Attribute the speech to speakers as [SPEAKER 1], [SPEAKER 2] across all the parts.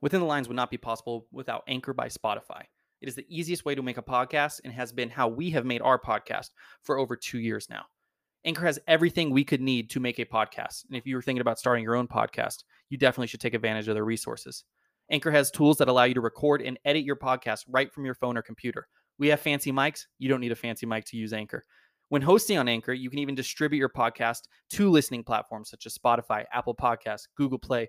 [SPEAKER 1] Within the Lines would not be possible without Anchor by Spotify. It is the easiest way to make a podcast and has been how we have made our podcast for over two years now. Anchor has everything we could need to make a podcast. And if you were thinking about starting your own podcast, you definitely should take advantage of their resources. Anchor has tools that allow you to record and edit your podcast right from your phone or computer. We have fancy mics. You don't need a fancy mic to use Anchor. When hosting on Anchor, you can even distribute your podcast to listening platforms such as Spotify, Apple Podcasts, Google Play,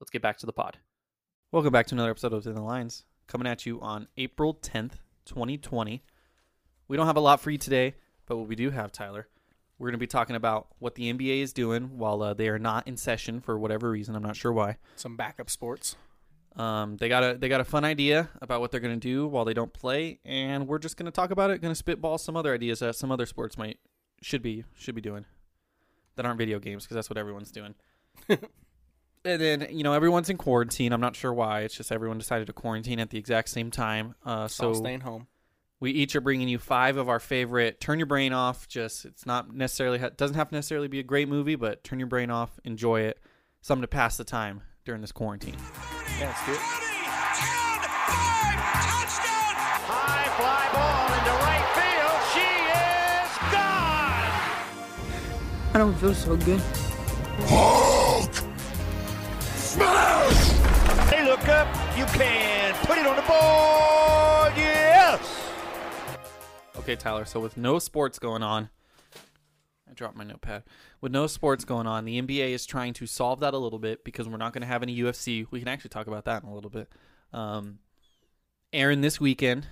[SPEAKER 1] Let's get back to the pod. Welcome back to another episode of Within the Lines, coming at you on April 10th, 2020. We don't have a lot for you today, but what we do have, Tyler, we're going to be talking about what the NBA is doing while uh, they are not in session for whatever reason. I'm not sure why.
[SPEAKER 2] some backup sports.
[SPEAKER 1] Um, they got a they got a fun idea about what they're gonna do while they don't play, and we're just gonna talk about it. Gonna spitball some other ideas that some other sports might should be should be doing that aren't video games because that's what everyone's doing. and then you know everyone's in quarantine. I'm not sure why. It's just everyone decided to quarantine at the exact same time. Uh,
[SPEAKER 2] So
[SPEAKER 1] so
[SPEAKER 2] staying home.
[SPEAKER 1] we each are bringing you five of our favorite. Turn your brain off. Just it's not necessarily ha- doesn't have to necessarily be a great movie, but turn your brain off, enjoy it, something to pass the time during this quarantine.
[SPEAKER 2] Yeah, let's do it.
[SPEAKER 3] High fly ball into right field. She is gone.
[SPEAKER 4] I don't feel so good.
[SPEAKER 3] They look up. You can put it on the board. Yes.
[SPEAKER 1] Okay, Tyler. So with no sports going on, I dropped my notepad. With no sports going on, the NBA is trying to solve that a little bit because we're not going to have any UFC. We can actually talk about that in a little bit. Um, Aaron, this weekend,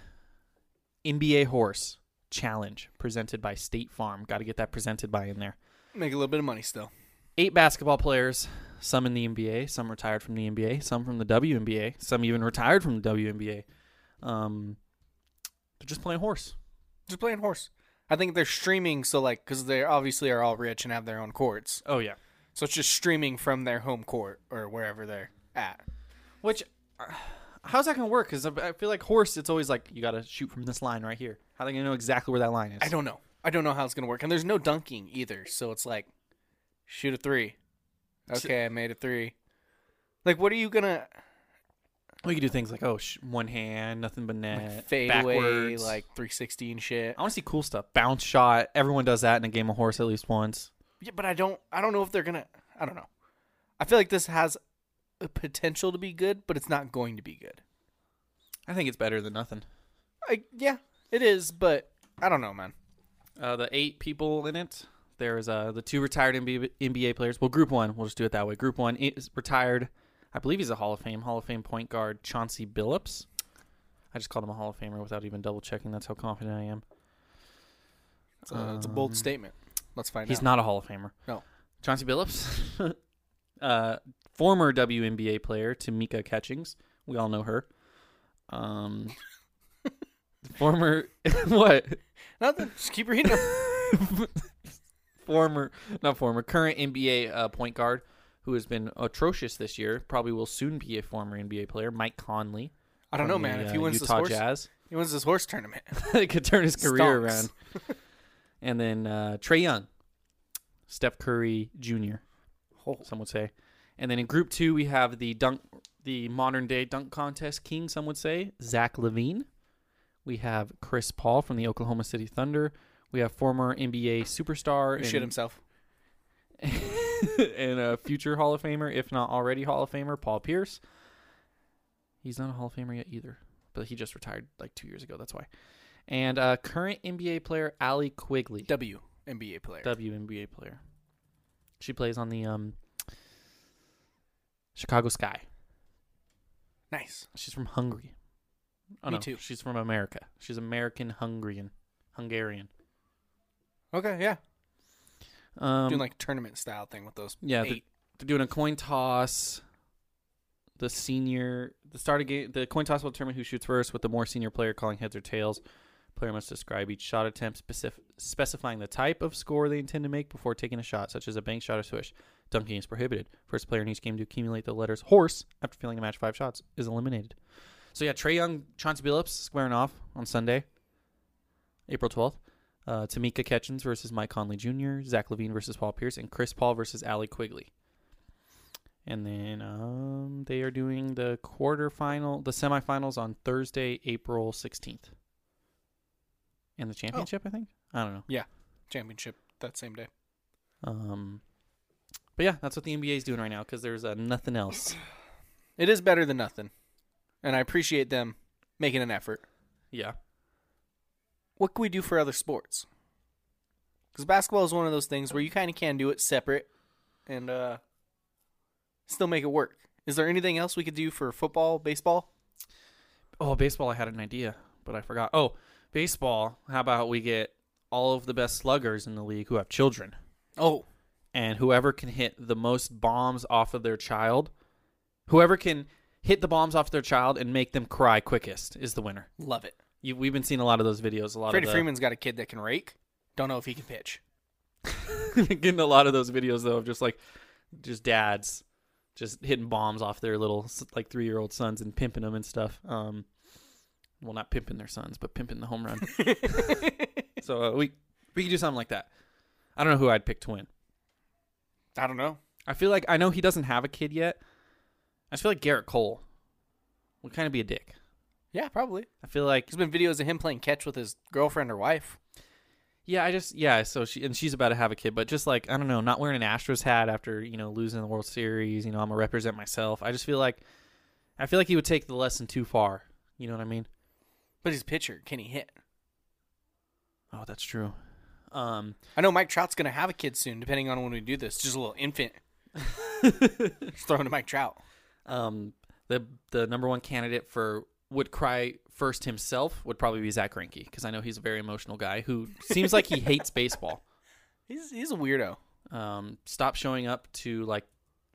[SPEAKER 1] NBA horse challenge presented by State Farm. Got to get that presented by in there.
[SPEAKER 2] Make a little bit of money still.
[SPEAKER 1] Eight basketball players, some in the NBA, some retired from the NBA, some from the WNBA, some even retired from the WNBA. Um, they're just playing horse.
[SPEAKER 2] Just playing horse. I think they're streaming, so like, because they obviously are all rich and have their own courts,
[SPEAKER 1] Oh yeah.
[SPEAKER 2] so it's just streaming from their home court or wherever they're at.
[SPEAKER 1] Which, uh, how's that gonna work? Because I I feel like horse, it's always like you gotta shoot from this line right here. How they gonna know exactly where that line is?
[SPEAKER 2] I don't know. I don't know how it's gonna work, and there's no dunking either, so it's like, shoot a three. Okay, I made a three. Like, what are you gonna?
[SPEAKER 1] We could do things like oh, sh- one hand, nothing but net,
[SPEAKER 2] like fade away,
[SPEAKER 1] Eh, backwards.
[SPEAKER 2] like 360 and shit.
[SPEAKER 1] I want to see cool stuff. Bounce shot. Everyone does that in a game of horse at least once.
[SPEAKER 2] Yeah, but I don't. I don't know if they're gonna. I don't know. I feel like this has a potential to be good, but it's not going to be good.
[SPEAKER 1] I think it's better than nothing.
[SPEAKER 2] I, yeah, it is, but I don't know, man.
[SPEAKER 1] Uh, the eight people in it. There's uh, the two retired NBA, NBA players. Well, group one. We'll just do it that way. Group one is retired. I believe he's a Hall of Fame, Hall of Fame point guard, Chauncey Billups. I just called him a Hall of Famer without even double checking. That's how confident I am.
[SPEAKER 2] It's a, it's a bold statement. Let's find
[SPEAKER 1] Um, He's
[SPEAKER 2] out.
[SPEAKER 1] not a Hall of Famer.
[SPEAKER 2] No.
[SPEAKER 1] Chauncey Billups, uh, former WNBA player Tamika Catchings. We all know her. Um, former what?
[SPEAKER 2] Nothing. Just keep reading. 'em.
[SPEAKER 1] former, not former, current NBA uh, point guard who has been atrocious this year. Probably will soon be a former NBA player. Mike Conley.
[SPEAKER 2] I don't know,
[SPEAKER 1] from the,
[SPEAKER 2] man. if he
[SPEAKER 1] uh,
[SPEAKER 2] wins
[SPEAKER 1] Utah
[SPEAKER 2] this horse,
[SPEAKER 1] Jazz,
[SPEAKER 2] he wins this horse tournament.
[SPEAKER 1] it could turn his career
[SPEAKER 2] Stonks.
[SPEAKER 1] around. And then uh, Trey Young, Steph Curry Jr. Some would say. And then in Group Two we have the dunk, the modern day dunk contest king. Some would say Zach Levine. We have Chris Paul from the Oklahoma City Thunder. We have former NBA superstar
[SPEAKER 2] He
[SPEAKER 1] and,
[SPEAKER 2] shit himself.
[SPEAKER 1] and a future Hall of Famer, if not already Hall of Famer, Paul Pierce. He's not a Hall of Famer yet either, but he just retired like two years ago. That's why. And uh, current NBA player Ali Quigley,
[SPEAKER 2] W NBA player.
[SPEAKER 1] WNBA player. She plays on the um, Chicago Sky.
[SPEAKER 2] nice.
[SPEAKER 1] She's from Hungary. Oh,
[SPEAKER 2] Me
[SPEAKER 1] no,
[SPEAKER 2] too.
[SPEAKER 1] She's from America. She's American Hungarian. Hungarian.
[SPEAKER 2] Okay, yeah.
[SPEAKER 1] Um,
[SPEAKER 2] Doing like tournament style thing with those.
[SPEAKER 1] Yeah, they're,
[SPEAKER 2] eight.
[SPEAKER 1] they're doing a coin toss. The senior, the start of game, the coin toss will determine who shoots first, with the more senior player calling heads or tails. Player must describe each shot attempt, specif- specifying the type of score they intend to make before taking a shot, such as a bank shot or swish. Dunking is prohibited. First player in each game to accumulate the letters horse after failing a match five shots is eliminated. So yeah, Trey Young, Chauncey Billups squaring off on Sunday, April twelfth. Uh, Tamika Catchings versus Mike Conley Jr., Zach Levine versus Paul Pierce, and Chris Paul versus Ali Quigley. And then um, they are doing the quarterfinal, the semifinals on Thursday, April sixteenth. And the championship, I think. I don't know.
[SPEAKER 2] Yeah. Championship that same day.
[SPEAKER 1] Um, but yeah, that's what the NBA is doing right now because there's uh, nothing else.
[SPEAKER 2] It is better than nothing, and I appreciate them making an effort.
[SPEAKER 1] Yeah.
[SPEAKER 2] What can we do for other sports? Because basketball is one of those things where you kind of can do it separate and uh, still make it work. Is there anything else we could do for football, baseball?
[SPEAKER 1] Oh, baseball. I had an idea, but I forgot. Oh, baseball. How about we get all of the best sluggers in the league who have children?
[SPEAKER 2] Oh,
[SPEAKER 1] and whoever can hit the most bombs off of their child, whoever can hit the bombs off their child and make them cry quickest is the winner.
[SPEAKER 2] love it.
[SPEAKER 1] You, we've been seeing a lot of those videos. A lot
[SPEAKER 2] Freddie
[SPEAKER 1] of the,
[SPEAKER 2] Freeman's got a kid that can rake. Don't know if he can pitch.
[SPEAKER 1] getting a lot of those videos though of just like just dads just hitting bombs off their little s- like three year old sons and pimping them and stuff. Um, well, not pimping their sons, but pimping the home run. so uh, we we could do something like that. I don't know who I'd pick to win.
[SPEAKER 2] I don't know.
[SPEAKER 1] I feel like I know he doesn't have a kid yet. I just feel like Garrett Cole would kind of be a dick.
[SPEAKER 2] Yeah, probably.
[SPEAKER 1] I feel like
[SPEAKER 2] There's been videos of him playing catch with his girlfriend or wife.
[SPEAKER 1] yeah, I just yeah. So she and she's about to have a kid, but just like I don't know, not wearing an Astros hat after you know losing the World Series. You know, I'm gonna represent myself. I just feel like I feel like he would take the lesson too far. You know what I mean?
[SPEAKER 2] But he's a pitcher. Can he hit?
[SPEAKER 1] Oh, that's true. Um,
[SPEAKER 2] I know Mike Trout's going to have a kid soon, depending on when we do this. Just a little infant. Just throw him to Mike Trout.
[SPEAKER 1] um, the the number one candidate for would cry first himself would probably be Zach Greinke because I know he's a very emotional guy who seems like he hates baseball.
[SPEAKER 2] He's, he's a weirdo.
[SPEAKER 1] um, stopped showing up to like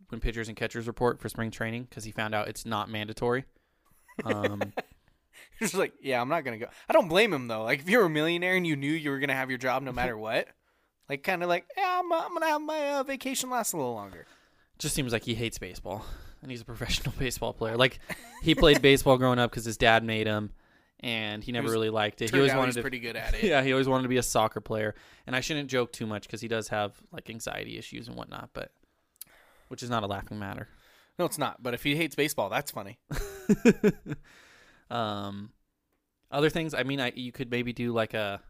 [SPEAKER 1] when pitchers and catchers report for spring training because he found out it's not mandatory. Um,
[SPEAKER 2] He's just like, yeah, I'm not going to go. I don't blame him, though. Like, if you were a millionaire and you knew you were going to have your job no matter what, like, kind of like, yeah, I'm, I'm going to have my uh, vacation last a little longer.
[SPEAKER 1] just seems like he hates baseball, and he's a professional baseball player. Like he played baseball growing up because his dad made him, and he never
[SPEAKER 2] was-
[SPEAKER 1] really liked it. He
[SPEAKER 2] Turned
[SPEAKER 1] always
[SPEAKER 2] out
[SPEAKER 1] wanted
[SPEAKER 2] he's
[SPEAKER 1] to.
[SPEAKER 2] pretty good at it.
[SPEAKER 1] yeah, he always wanted to be a soccer player, and I shouldn't joke too much because he does have like anxiety issues and whatnot, but which is not a laughing matter.
[SPEAKER 2] No, it's not. But if he hates baseball, that's funny.
[SPEAKER 1] um, other things, I mean, I you could maybe do like a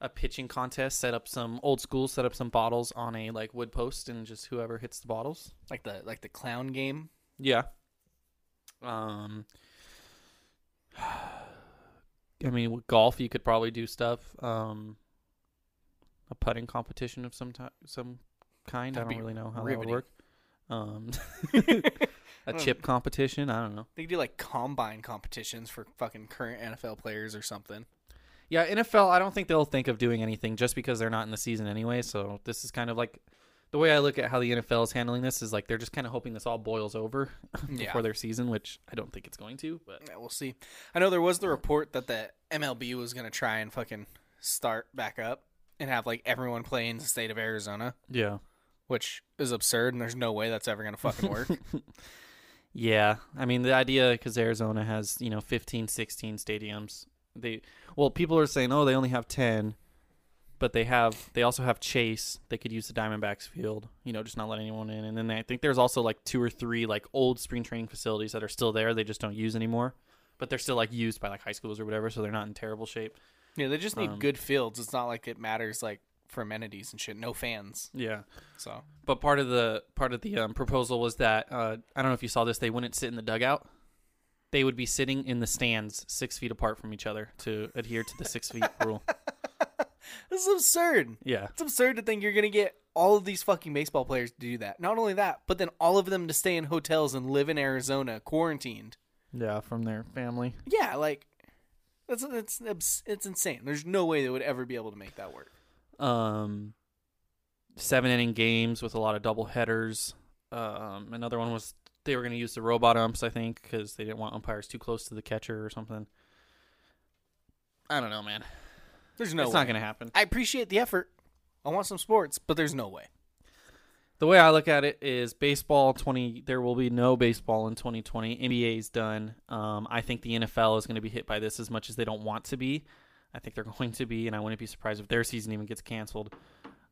[SPEAKER 1] a pitching contest, set up some old school, set up some bottles on a like wood post, and just whoever hits the bottles.
[SPEAKER 2] Like the like the clown game.
[SPEAKER 1] Yeah. Um. I mean, with golf, you could probably do stuff. Um, a putting competition of some type, some kind.
[SPEAKER 2] That'd
[SPEAKER 1] I don't
[SPEAKER 2] be
[SPEAKER 1] really know how that would
[SPEAKER 2] riveting.
[SPEAKER 1] work. Um, a
[SPEAKER 2] don't-
[SPEAKER 1] chip competition. I don't know.
[SPEAKER 2] They could do like combine competitions for fucking current NFL players or something.
[SPEAKER 1] Yeah, NFL. I don't think they'll think of doing anything just because they're not in the season anyway. So this is kind of like the way I look at how the NFL is handling this is like they're just kind of hoping this all boils over
[SPEAKER 2] Yeah.
[SPEAKER 1] before their season, which I don't think it's going to. But
[SPEAKER 2] Yeah, we'll see. I know there was the report that the MLB was gonna try and fucking start back up and have like everyone play in the state of Arizona,
[SPEAKER 1] yeah,
[SPEAKER 2] which is absurd and there's no way that's ever gonna fucking work.
[SPEAKER 1] Yeah, I mean the idea because Arizona has you know 15, 16 stadiums. They well, people are saying oh they only have ten, but they have they also have Chase. They could use the Diamondbacks field, you know, just not let anyone in. And then I think there's also like two or three like old spring training facilities that are still there. They just don't use anymore, but they're still like used by like high schools or whatever, so they're not in terrible shape.
[SPEAKER 2] yeah, they just need
[SPEAKER 1] Um,
[SPEAKER 2] good fields. It's not like it matters like for amenities and shit. No fans.
[SPEAKER 1] Yeah,
[SPEAKER 2] So
[SPEAKER 1] but part of the part of the um, proposal was that uh, I don't know if you saw this. They wouldn't sit in the dugout. They would be sitting in the stands six feet apart from each other to adhere to the six feet rule.
[SPEAKER 2] this is absurd.
[SPEAKER 1] Yeah,
[SPEAKER 2] It's absurd to think you're gonna get all of these fucking baseball players to do that. Not only that, but then all of them to stay in hotels and live in Arizona, quarantined.
[SPEAKER 1] yeah, from their family.
[SPEAKER 2] Yeah, like that's that's abs- it's insane. There's no way they would ever be able to make that work.
[SPEAKER 1] Um, seven inning games with a lot of double headers. Um, another one was they were going to use the robot umps, I think, because they didn't want umpires too close to the catcher or something. I don't know, man.
[SPEAKER 2] There's no.
[SPEAKER 1] it's
[SPEAKER 2] way.
[SPEAKER 1] not going to happen.
[SPEAKER 2] I appreciate the effort. I want some sports, but there's no way.
[SPEAKER 1] The way I look at it is baseball 20 there will be no baseball in 2020. NBA's done. Um, I think the NFL is going to be hit by this as much as they don't want to be. I think they're going to be and I wouldn't be surprised if their season even gets canceled.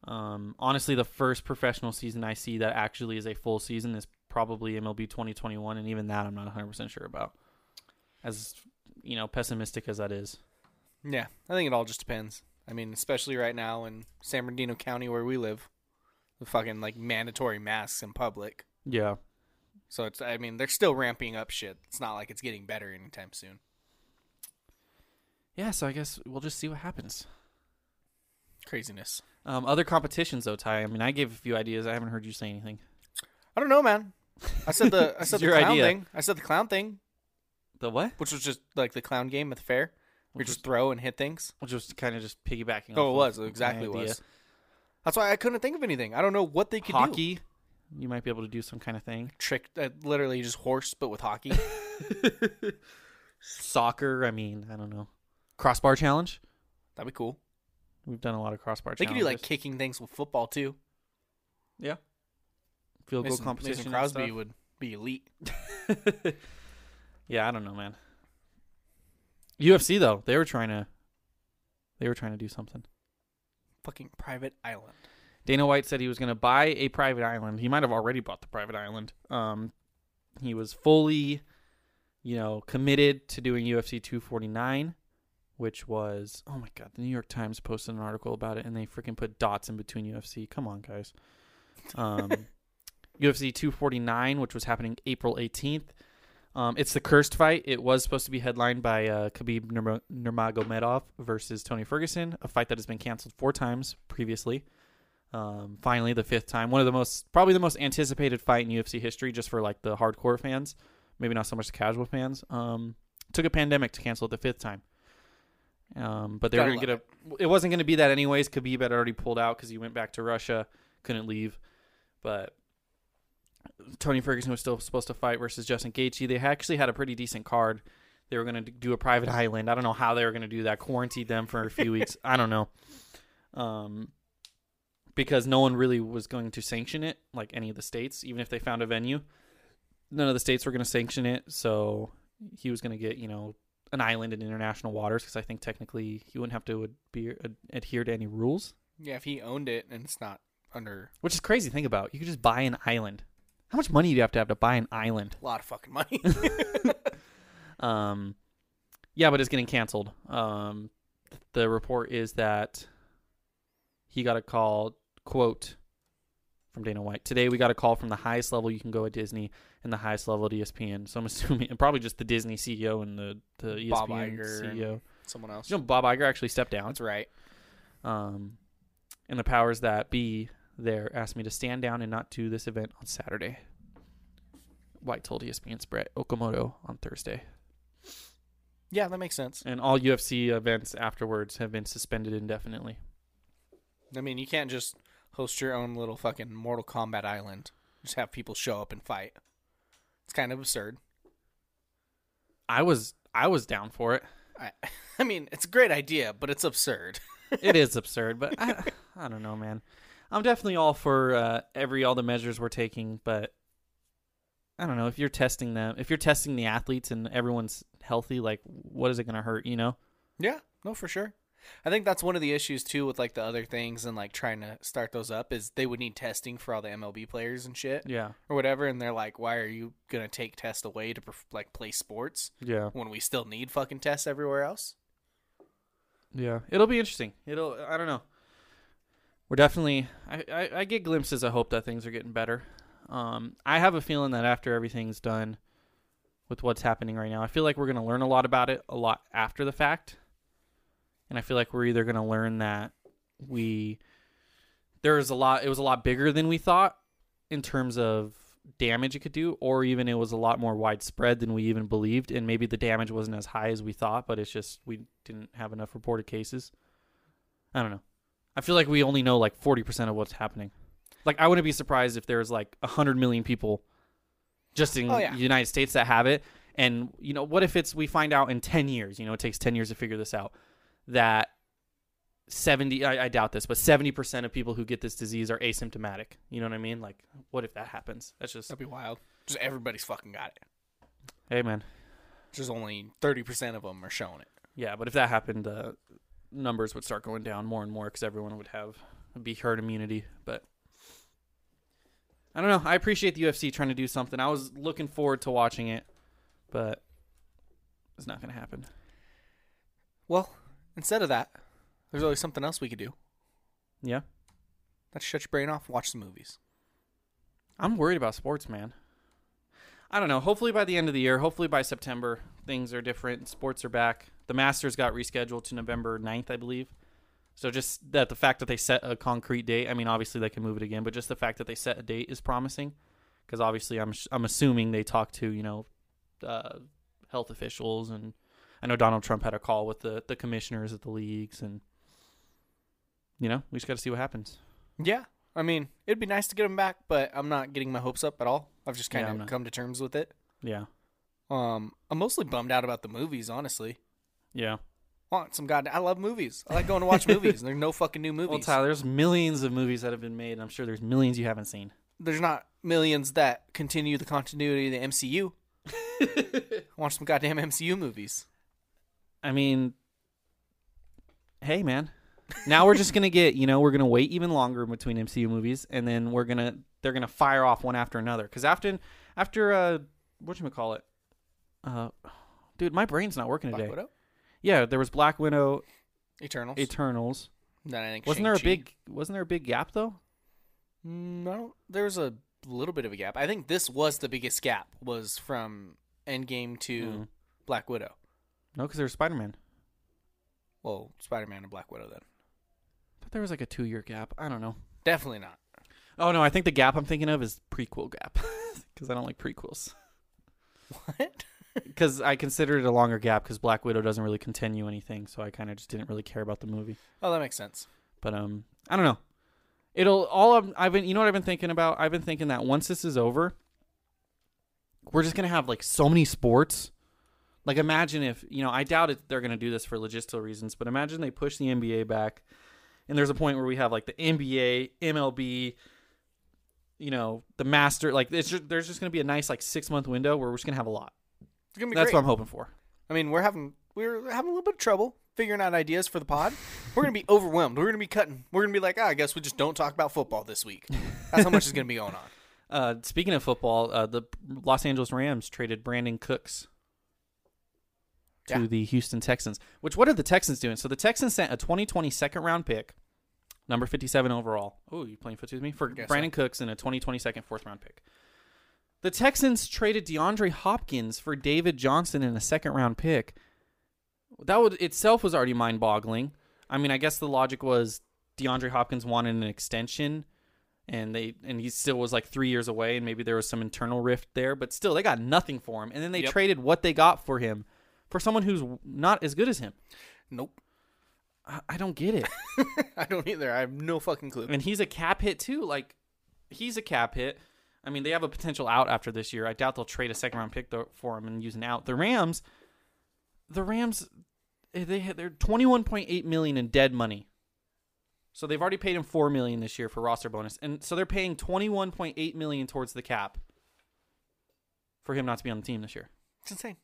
[SPEAKER 1] Um, honestly, the first professional season I see that actually is a full season is probably MLB 2021 and even that I'm not 100% sure about. As you know, pessimistic as that is.
[SPEAKER 2] Yeah, I think it all just depends. I mean, especially right now in San Bernardino County where we live, the fucking like mandatory masks in public.
[SPEAKER 1] Yeah.
[SPEAKER 2] So it's I mean they're still ramping up shit. It's not like it's getting better anytime soon.
[SPEAKER 1] Yeah, so I guess we'll just see what happens.
[SPEAKER 2] Craziness.
[SPEAKER 1] Um, other competitions though, Ty. I mean, I gave a few ideas. I haven't heard you say anything.
[SPEAKER 2] I don't know, man. I said the I said the
[SPEAKER 1] Your
[SPEAKER 2] clown
[SPEAKER 1] idea.
[SPEAKER 2] thing. I said the clown thing,
[SPEAKER 1] The what?
[SPEAKER 2] which was just like the clown game at the fair. We
[SPEAKER 1] Which
[SPEAKER 2] just throw and hit things.
[SPEAKER 1] Which was kind of just piggybacking.
[SPEAKER 2] Oh, it
[SPEAKER 1] off
[SPEAKER 2] was
[SPEAKER 1] of
[SPEAKER 2] it
[SPEAKER 1] my
[SPEAKER 2] exactly
[SPEAKER 1] idea.
[SPEAKER 2] was. That's why I couldn't think of anything. I don't know what they could do.
[SPEAKER 1] hockey. You might be able to do some kind of thing.
[SPEAKER 2] Trick, uh, literally just horse, but with hockey.
[SPEAKER 1] Soccer. I mean, I don't know. Crossbar challenge.
[SPEAKER 2] That'd be cool.
[SPEAKER 1] We've done a lot of crossbar.
[SPEAKER 2] They could do like
[SPEAKER 1] challenges.
[SPEAKER 2] kicking things with football too.
[SPEAKER 1] yeah, field goal
[SPEAKER 2] Mason,
[SPEAKER 1] competition.
[SPEAKER 2] Mason
[SPEAKER 1] and
[SPEAKER 2] Crosby
[SPEAKER 1] stuff.
[SPEAKER 2] would be elite.
[SPEAKER 1] yeah, I don't know, man. UFC though, they were trying to, they were trying to do something.
[SPEAKER 2] Fucking private island.
[SPEAKER 1] Dana White said he was going to buy a private island. He might have already bought the private island. Um, he was fully, you know, committed to doing UFC 249, which was oh my god, the New York Times posted an article about it, and they freaking put dots in between UFC. Come on, guys. Um, UFC 249, which was happening April 18th. Um, it's the cursed fight. It was supposed to be headlined by uh, Khabib Nurma- Nurmagomedov versus Tony Ferguson, a fight that has been canceled four times previously um, finally the fifth time. One of the most, probably the most anticipated fight in UFC history, just for like the hardcore fans, maybe not so much the casual fans. Um, took a pandemic to cancel it the fifth time. Um, but they were
[SPEAKER 2] Gotta
[SPEAKER 1] gonna get a. It wasn't gonna be that anyways. Khabib had already pulled out because he went back to Russia, couldn't leave. But Tony Ferguson was still supposed to fight versus Justin Gaethje. They actually had a pretty decent card. They were gonna do a private island. I don't know how they were gonna do that. Quarantined them for a few weeks. I don't know. Um, because no one really was going to sanction it, like any of the states, even if they found a venue. None of the states were going to sanction it, so he was going to get, you know, an island in international waters because I think technically he wouldn't have to ad- be, ad- adhere to any rules,
[SPEAKER 2] Yeah, if he owned it and it's not under
[SPEAKER 1] which is crazy to think about. You could
[SPEAKER 2] E
[SPEAKER 1] just buy an island. How much money do you have to have to buy an island?
[SPEAKER 2] a lot of fucking money.
[SPEAKER 1] Um, yeah, but it's getting canceled. Um, the report is that he got a call, quote, from Dana White. Today we got a call from the highest level you can go at Disney and the highest level at E ESPN. So I'm assuming, and probably just the Disney CEO and the, E the ESPN
[SPEAKER 2] Bob Iger and
[SPEAKER 1] CEO.
[SPEAKER 2] someone else.
[SPEAKER 1] You know, Bob Iger actually stepped down.
[SPEAKER 2] That's right.
[SPEAKER 1] Um, and the powers that be there asked me to stand down and not do this event on Saturday. White told E ESPN's Brett Okamoto on Thursday.
[SPEAKER 2] Yeah, that makes sense.
[SPEAKER 1] And all UFC events afterwards have been suspended indefinitely.
[SPEAKER 2] I mean, you can't just host your own little fucking Mortal Kombat island. Just have people show up and fight. It's kind of absurd.
[SPEAKER 1] I was I was down for it.
[SPEAKER 2] I, I mean, it's a great idea, but it's absurd.
[SPEAKER 1] it is absurd, but I, I don't know, man. I'm definitely all for uh, every all the measures we're taking, but I don't know if you're testing them, if you're testing the athletes and everyone's healthy, like what is it going to hurt? You know?
[SPEAKER 2] Yeah, no, for sure. I think that's one of the issues too with like the other things and like trying to start those up is they would need testing for all the MLB players and shit.
[SPEAKER 1] Yeah.
[SPEAKER 2] Or whatever, and they're like, "Why are you gonna take tests away to perf- like play sports
[SPEAKER 1] Yeah.
[SPEAKER 2] when we still need fucking tests everywhere else?"
[SPEAKER 1] Yeah, it'll be interesting. It'll. I don't know. We're definitely. I, I, I get glimpses of hope that things are getting better. Um, I have a feeling that after everything's done with what's happening right now, I feel like we're gonna learn a lot about it a lot after the fact, and I feel like we're either gonna learn that we there is a lot. It was a lot bigger than we thought in terms of damage it could do or even it was a lot more widespread than we even believed and maybe the damage wasn't as high as we thought but it's just we didn't have enough reported cases i don't know i feel like we only know like 40% of what's happening like i wouldn't be surprised if there's like 100 million people just in
[SPEAKER 2] Oh, yeah.
[SPEAKER 1] the united states that have it and you know what if it's we find out in 10 years you know it takes 10 years to figure this out that 70 I, I doubt this but 70% of people who get this disease are asymptomatic you know what i mean like what if that happens that's just
[SPEAKER 2] That'd be wild. Just everybody's fucking got it.
[SPEAKER 1] hey man
[SPEAKER 2] Just only thirty percent of them are showing it.
[SPEAKER 1] yeah but if that happened uh, numbers would start going down more and more because everyone would have be herd immunity but i don't know i appreciate the ufc trying to do something i was looking forward to watching it but it's not gonna happen
[SPEAKER 2] Well, instead of that, there's always something else we could do.
[SPEAKER 1] yeah
[SPEAKER 2] Let's shut your brain off, watch some movies.
[SPEAKER 1] I'm worried about sports, man. I don't know. Hopefully by the end of the year, hopefully by September, things are different. Sports are back. The Masters got rescheduled to November 9th, I believe. So just that the fact that they set a concrete date, I mean, obviously they can move it again, but just the fact that they set a date is promising because obviously I'm I'm assuming they talked to, you know, uh, health officials and I know Donald Trump had a call with the the commissioners of the leagues and you know, we just got to see what happens.
[SPEAKER 2] Yeah, I mean, it'd be nice to get them back, but I'm not getting my hopes up at all. I've just kind
[SPEAKER 1] Yeah, I'm
[SPEAKER 2] of
[SPEAKER 1] not.
[SPEAKER 2] come to terms with it.
[SPEAKER 1] Yeah.
[SPEAKER 2] Um, I'm mostly bummed out about the movies, honestly.
[SPEAKER 1] Yeah.
[SPEAKER 2] Want some goddamn? I love movies. I like going to watch movies, and there's no fucking new movies.
[SPEAKER 1] Well, Tyler, there's millions of movies that have been made, and I'm sure there's millions you haven't seen.
[SPEAKER 2] There's not millions that continue the continuity of the MCU. watch some goddamn MCU movies.
[SPEAKER 1] I mean, hey, man. Now we're just gonna get, you know, we're gonna wait even longer between MCU movies, and then we're gonna they're gonna fire off one after another. Because after after uh, what you call it, uh, dude, my brain's not working
[SPEAKER 2] Black
[SPEAKER 1] today.
[SPEAKER 2] Widow,
[SPEAKER 1] Yeah, there was Black Widow,
[SPEAKER 2] Eternals.
[SPEAKER 1] Eternals.
[SPEAKER 2] then I think
[SPEAKER 1] Wasn't there a
[SPEAKER 2] Shang-Chi.
[SPEAKER 1] big wasn't there a big gap though?
[SPEAKER 2] No, there was a little bit of a gap. I think this was the biggest gap was from Endgame to
[SPEAKER 1] Mm.
[SPEAKER 2] Black Widow.
[SPEAKER 1] No, because there was Spider Man.
[SPEAKER 2] Well, Spider Man and Black Widow then.
[SPEAKER 1] But there was like a two year gap. I don't know.
[SPEAKER 2] Definitely not.
[SPEAKER 1] Oh no, I think the gap I'm thinking of is prequel gap because I don't like prequels.
[SPEAKER 2] What?
[SPEAKER 1] Because I consider it a longer gap because Black Widow doesn't really continue anything, so I kind of just didn't really care about the movie.
[SPEAKER 2] Oh, that makes sense.
[SPEAKER 1] But um, I don't know. It'll all I'm, I've been you know what I've been thinking about. I've been thinking that once this is over, we're just gonna have like so many sports. Like imagine if you know I doubt it they're gonna do this for logistical reasons, but imagine they push the NBA back, and there's a point where we have like the NBA, MLB, you know the Master. Like it's just, there's just gonna be a nice like six month window where we're just gonna have a lot.
[SPEAKER 2] It's gonna be
[SPEAKER 1] That's
[SPEAKER 2] great.
[SPEAKER 1] what I'm hoping for.
[SPEAKER 2] I mean, we're having we're having a little bit of trouble figuring out ideas for the pod. We're gonna be overwhelmed. We're gonna be cutting. We're gonna be like, ah, I guess we just don't talk about football this week. That's how much is gonna be going on.
[SPEAKER 1] Uh, speaking of football, uh, the Los Angeles Rams traded Brandon Cooks to
[SPEAKER 2] Yeah.
[SPEAKER 1] the Houston Texans. Which what are the Texans doing? So the Texans sent a 2020 second round pick, number 57 overall. Oh, you playing footsie with me for
[SPEAKER 2] Guess so.
[SPEAKER 1] Brandon Cooks and a 2020 second fourth round pick. The Texans traded DeAndre Hopkins for David Johnson in a second round pick. That would itself was already mind boggling. I mean, I guess the logic was DeAndre Hopkins wanted an extension and they and he still was like three years away and maybe there was some internal rift there, but still they got nothing for him. And then they
[SPEAKER 2] Yep.
[SPEAKER 1] traded what they got for him for someone who's not as good as him.
[SPEAKER 2] Nope.
[SPEAKER 1] I, I don't get it.
[SPEAKER 2] I don't either. I have no fucking clue.
[SPEAKER 1] and he's a cap hit too. Like he's a cap hit. I mean, they have a potential out after this year. I doubt they'll trade a second round pick though, for him and use an out. The Rams, the Rams, eh, they had- they're twenty one point eight million in dead money. So they've already paid him four million this year for roster bonus, and so they're paying twenty one point eight million towards the cap for him not to be on the team this year.
[SPEAKER 2] It's insane.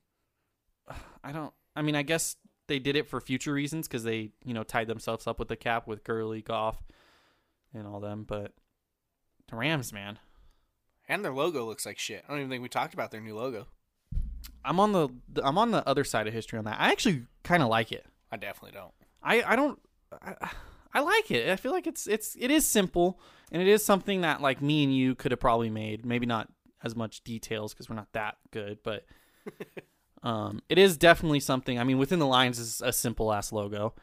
[SPEAKER 1] I don't. I mean, I guess they did it for future reasons because they, you know, tied themselves up with the cap with Gurley, Goff, and all them. But the Rams, man,
[SPEAKER 2] And their logo looks like shit. I don't even think we talked about their new logo.
[SPEAKER 1] I'm on the I'm on the other side of history on that. I actually kind of like it.
[SPEAKER 2] I definitely don't.
[SPEAKER 1] I I don't. I, I like it. I feel like it's it's it is simple and it is something that like me and you could have probably made. Maybe not as much details because we're not that good, but um, it is definitely something. I mean, within the lines is a simple ass logo.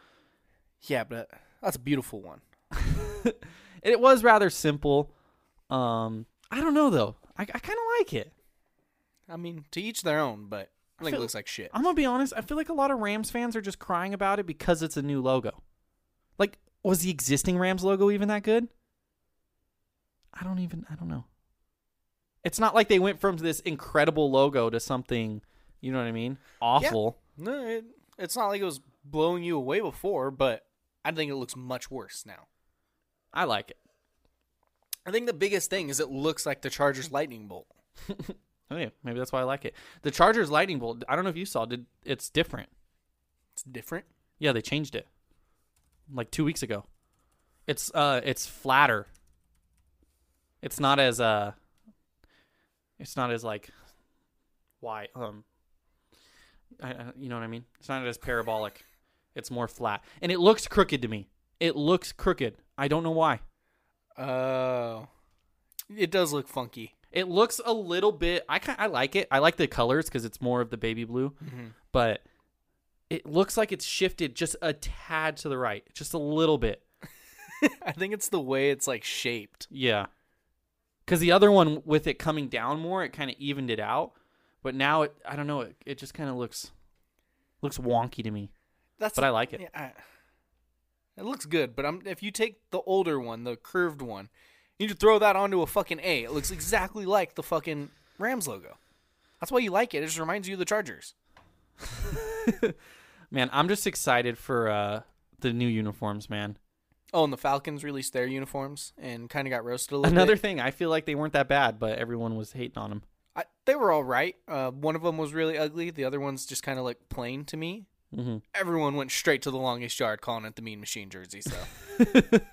[SPEAKER 2] Yeah, but that's a beautiful one.
[SPEAKER 1] it was rather simple. Um, I don't know though. I, I kind of like it.
[SPEAKER 2] I mean, to each their own, but I think
[SPEAKER 1] feel-
[SPEAKER 2] it looks like shit.
[SPEAKER 1] I'm gonna be honest. I feel like a lot of Rams fans are just crying about it because it's a new logo. Like, was the existing Rams logo even that good? I don't even. I don't know. It's not like they went from this incredible logo to something. You know what I mean? Awful.
[SPEAKER 2] No, it, it's not like it was blowing you away before, but I think it looks much worse now.
[SPEAKER 1] I like it.
[SPEAKER 2] I think the biggest thing is it looks like the Chargers lightning bolt.
[SPEAKER 1] Oh yeah, maybe that's why I like it. The Chargers lightning bolt. I don't know if you saw. Did it's different?
[SPEAKER 2] It's different.
[SPEAKER 1] Yeah, they changed it like two weeks ago. It's uh, it's flatter. It's not as uh, it's not as like why um, I, I you know what I mean. It's not as parabolic. It's more flat, and it looks crooked to me. It looks crooked. I don't know why.
[SPEAKER 2] Oh. it does look funky.
[SPEAKER 1] It looks a little bit. I kind I like it. I like the colors because it's more of the baby blue, but it looks like it's shifted just a tad to the right, just a little bit.
[SPEAKER 2] I think it's the way it's like shaped.
[SPEAKER 1] Yeah. Because the other one, with it coming down more, it kind of evened it out. But now it, I don't know, it, it just kind of looks looks wonky to me.
[SPEAKER 2] That's
[SPEAKER 1] But I like it.
[SPEAKER 2] Yeah, I- it looks good, but I'm, if you take the older one, the curved one, you just throw that onto a fucking A. It looks exactly like the fucking Rams logo. That's why you like it. It just reminds you of the Chargers.
[SPEAKER 1] Man, I'm just excited for uh the new uniforms, man.
[SPEAKER 2] Oh, and the Falcons released their uniforms and kind of got roasted a little
[SPEAKER 1] Another
[SPEAKER 2] bit.
[SPEAKER 1] thing, I feel like they weren't that bad, but everyone was hating on them.
[SPEAKER 2] I, they were all right. Uh, one of them was really ugly. The other one's just kind of like plain to me.
[SPEAKER 1] Mhm.
[SPEAKER 2] Everyone went straight to the longest yard, calling it the Mean Machine jersey. So,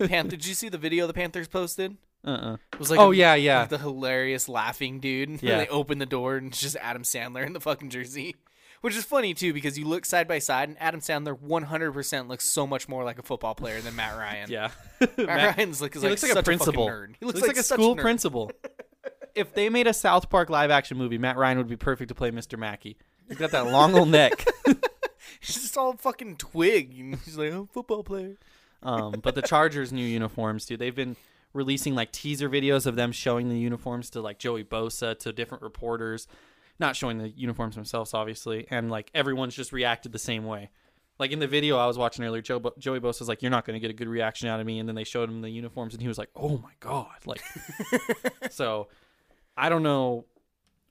[SPEAKER 2] Pan- did you see the video the Panthers posted?
[SPEAKER 1] Uh-uh.
[SPEAKER 2] It was like
[SPEAKER 1] Oh,
[SPEAKER 2] a-
[SPEAKER 1] yeah, yeah.
[SPEAKER 2] like the hilarious laughing dude. And
[SPEAKER 1] Yeah.
[SPEAKER 2] they open the door and it's just Adam Sandler in the fucking jersey, which is funny too because you look side by side and Adam Sandler 100 percent looks so much more like a football player than Matt Ryan.
[SPEAKER 1] Yeah.
[SPEAKER 2] Matt Ryan's look is
[SPEAKER 1] he
[SPEAKER 2] like
[SPEAKER 1] looks like
[SPEAKER 2] such
[SPEAKER 1] a
[SPEAKER 2] a fucking
[SPEAKER 1] principal.
[SPEAKER 2] nerd.
[SPEAKER 1] He looks, like, a school
[SPEAKER 2] principal.
[SPEAKER 1] principal. if they made a South Park live action movie, Matt Ryan would be perfect to play Mr. Mackey. He's got that long old neck.
[SPEAKER 2] She's just all fucking twig. And She's like, I'm a football player.
[SPEAKER 1] Um, but the Chargers' new uniforms, dude, they've been releasing like teaser videos of them showing the uniforms to like Joey Bosa to different reporters, not showing the uniforms themselves, obviously, and like everyone's just reacted the same way. Like in the video I was watching earlier, Joe Bo- Joey Bosa's like, "You're not going to get a good reaction out of me," and then they showed him the uniforms, and he was like, "Oh my god!" Like, so I don't know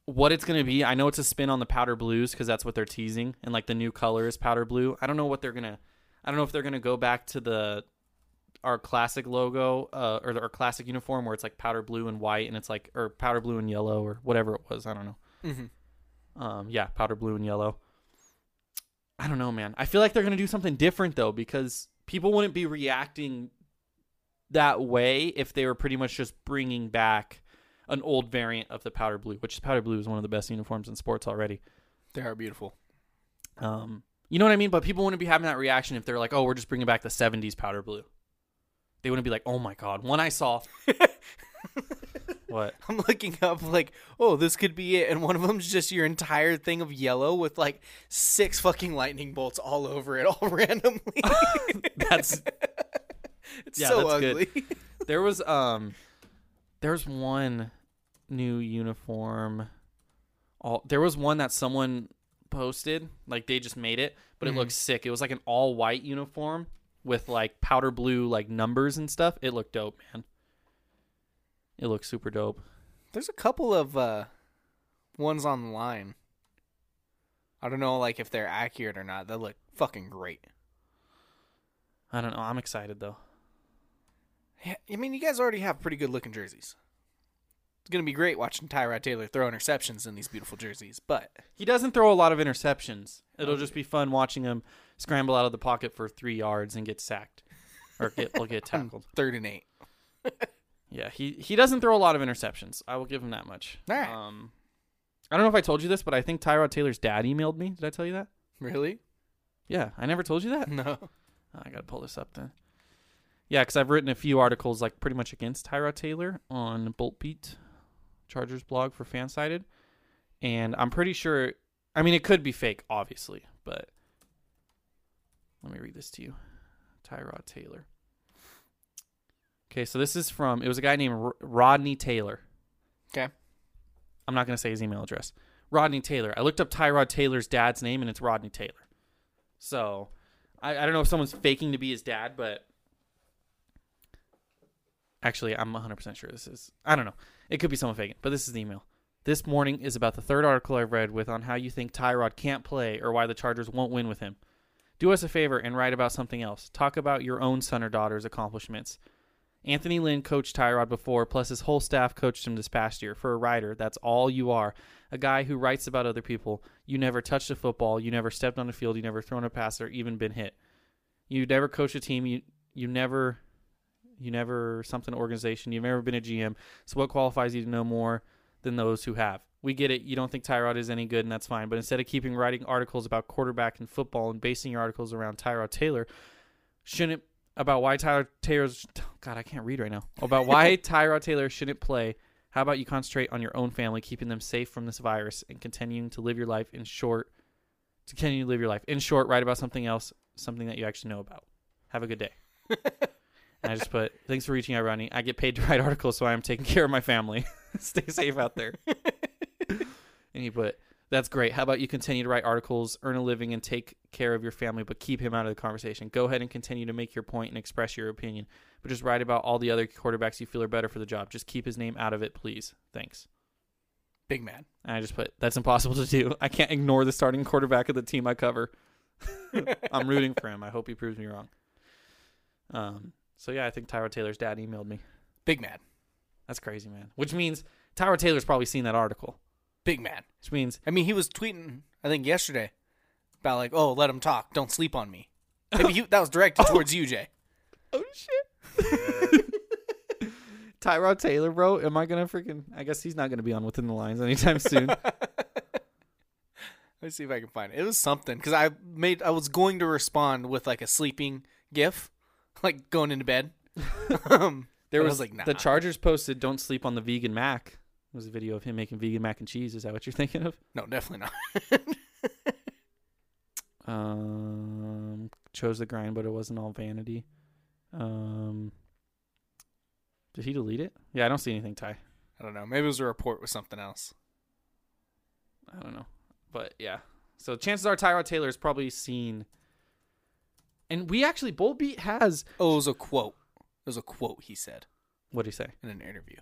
[SPEAKER 1] what it's going to be. I know it's a spin on the powder blues because that's what they're teasing, and like the new color is powder blue. I don't know what they're gonna. I don't know if they're gonna go back to the our classic logo uh, or our classic uniform where it's like powder blue and white and it's like or powder blue and yellow or whatever it was. I don't know. Um, yeah, powder blue and yellow. I don't know, man. I feel like they're gonna do something different though because people wouldn't be reacting that way if they were pretty much just bringing back an old variant of the powder blue, which powder blue is one of the best uniforms in sports already.
[SPEAKER 2] They are beautiful.
[SPEAKER 1] Um, you know what I mean? But people wouldn't be having that reaction if they're like, "Oh, we're just bringing back the '70s powder blue." They wouldn't be like, "Oh my god!" One I saw. what?
[SPEAKER 2] I'm looking up like, oh, this could be it, and one of them's just your entire thing of yellow with like six fucking lightning bolts all over it, all randomly.
[SPEAKER 1] That's
[SPEAKER 2] it's so ugly.
[SPEAKER 1] There was um, there was one new uniform. All there was one that someone posted, like they just made it, but it looked sick. It was like an all white uniform with like powder blue like numbers and stuff. It looked dope, man. It looks super dope.
[SPEAKER 2] There's a couple of uh, ones online. I don't know, like if they're accurate or not. They look fucking great.
[SPEAKER 1] I don't know. I'm excited though.
[SPEAKER 2] Yeah, I mean, you guys already have pretty good looking jerseys. It's gonna be great watching Tyrod Taylor throw interceptions in these beautiful jerseys, but
[SPEAKER 1] He doesn't throw a lot of interceptions. It'll just be fun watching him scramble out of the pocket for three yards and get sacked or get will get tackled.
[SPEAKER 2] third and eight.
[SPEAKER 1] Yeah, he he doesn't throw a lot of interceptions. I will give him that much.
[SPEAKER 2] All right.
[SPEAKER 1] Um, I don't know if I told you this, but I think Tyrod Taylor's dad emailed me. Did I tell you that?
[SPEAKER 2] Really?
[SPEAKER 1] Yeah, I never told you that.
[SPEAKER 2] No.
[SPEAKER 1] Ah, I gotta pull this up then. Yeah, because I've written a few articles like pretty much against Tyrod Taylor on Bolt Beat, Chargers blog for Fansided, and I'm pretty sure. I mean, it could be fake, obviously, but let me read this to you, Tyrod Taylor. Okay, so this is from it was a guy named R- Rodney Taylor.
[SPEAKER 2] Okay.
[SPEAKER 1] I'm not going to say his email address. Rodney Taylor. I looked up Tyrod Taylor's dad's name, and it's Rodney Taylor. So, I, I don't know if someone's faking to be his dad, but actually, I'm 100% sure this is. I don't know. It could be someone faking, but this is the email. This morning is about the third article I've read with on how you think Tyrod can't play or why the Chargers won't win with him. Do us a favor and write about something else. Talk about your own son or daughter's accomplishments. Anthony Lynn coached Tyrod before, plus his whole staff coached him this past year. For a writer, that's all you are. A guy who writes about other people. You never touched a football, you never stepped on a field, you never thrown a pass or even been hit. You never coached a team, you you never you never something organization, you've never been a GM. So what qualifies you to know more than those who have? We get it. You don't think Tyrod is any good, and that's fine. But instead of keeping writing articles about quarterback and football and basing your articles around Tyrod Taylor, shouldn't about why Tyler Taylor's God, I can't read right now. About why Tyrod Taylor shouldn't play. How about you concentrate on your own family, keeping them safe from this virus and continuing to live your life in short to continue to live your life. In short, write about something else, something that you actually know about. Have a good day. and I just put, thanks for reaching out, Ronnie. I get paid to write articles, so I am taking care of my family. Stay safe out there. and he put, that's great. How about you continue to write articles, earn a living, and take care of your family, but keep him out of the conversation. Go ahead and continue to make your point and express your opinion, but just write about all the other quarterbacks you feel are better for the job. Just keep his name out of it, please. Thanks.
[SPEAKER 2] Big man.
[SPEAKER 1] And I just put, that's impossible to do. I can't ignore the starting quarterback of the team I cover. I'm rooting for him. I hope he proves me wrong. Um. So yeah, I think Tyrod Taylor's dad emailed me.
[SPEAKER 2] Big man.
[SPEAKER 1] That's crazy, man. Which means Tyrod Taylor's probably seen that article.
[SPEAKER 2] Big man.
[SPEAKER 1] Which means
[SPEAKER 2] I mean, he was tweeting, I think yesterday, about like, oh, let him talk. Don't sleep on me. Maybe he, that was directed towards you, Jay.
[SPEAKER 1] Oh shit. Tyrod Taylor, bro. Am I gonna freaking? I guess he's not gonna be on within the lines anytime soon.
[SPEAKER 2] Let me see if I can find it. It was something because I made, I was going to respond with like a sleeping gif, like going into bed. um,
[SPEAKER 1] there
[SPEAKER 2] but I
[SPEAKER 1] was,
[SPEAKER 2] like, nah.
[SPEAKER 1] the Chargers posted, "Don't sleep on the vegan mac." It was a video of him making vegan mac and cheese. Is that what you're thinking of?
[SPEAKER 2] no, definitely not.
[SPEAKER 1] Um, chose the grind, but it wasn't all vanity. Um, did he delete it? Yeah, I don't see anything, Ty.
[SPEAKER 2] I don't know. Maybe it was a report with something else.
[SPEAKER 1] I don't know. But yeah. So chances are Tyrod Taylor is probably seen. And we actually, Bull Beat has.
[SPEAKER 2] Oh, it was a quote. It was a quote he said
[SPEAKER 1] What did he say?
[SPEAKER 2] in an interview.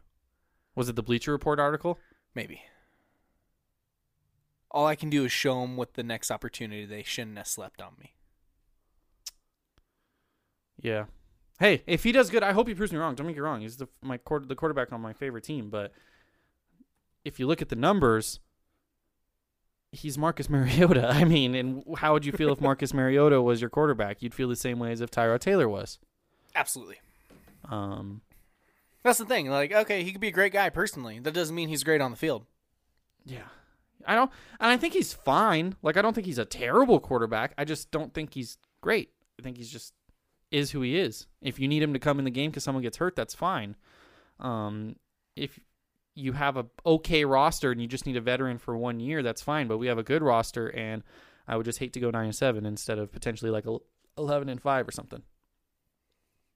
[SPEAKER 1] Was it the Bleacher Report article?
[SPEAKER 2] Maybe. All I can do is show them with the next opportunity they shouldn't have slept on me.
[SPEAKER 1] Yeah. Hey, if he does good, I hope he proves me wrong. Don't make me wrong. He's the my quarter, the quarterback on my favorite team, but if you look at the numbers, he's Marcus Mariota. I mean, and how would you feel if Marcus Mariota was your quarterback? You'd feel the same way as if Tyrod Taylor was.
[SPEAKER 2] Absolutely.
[SPEAKER 1] Um,
[SPEAKER 2] That's the thing. Like, okay, he could be a great guy personally. That doesn't mean he's great on the field.
[SPEAKER 1] yeah, I don't, and I think he's fine. Like I don't think he's a terrible quarterback. I just don't think he's great. I think he's just is who he is. If you need him to come in the game because someone gets hurt, that's fine. Um, if you have a okay roster and you just need a veteran for one year, that's fine. But we have a good roster, and I would just hate to go nine and seven instead of potentially like el- eleven and five or something.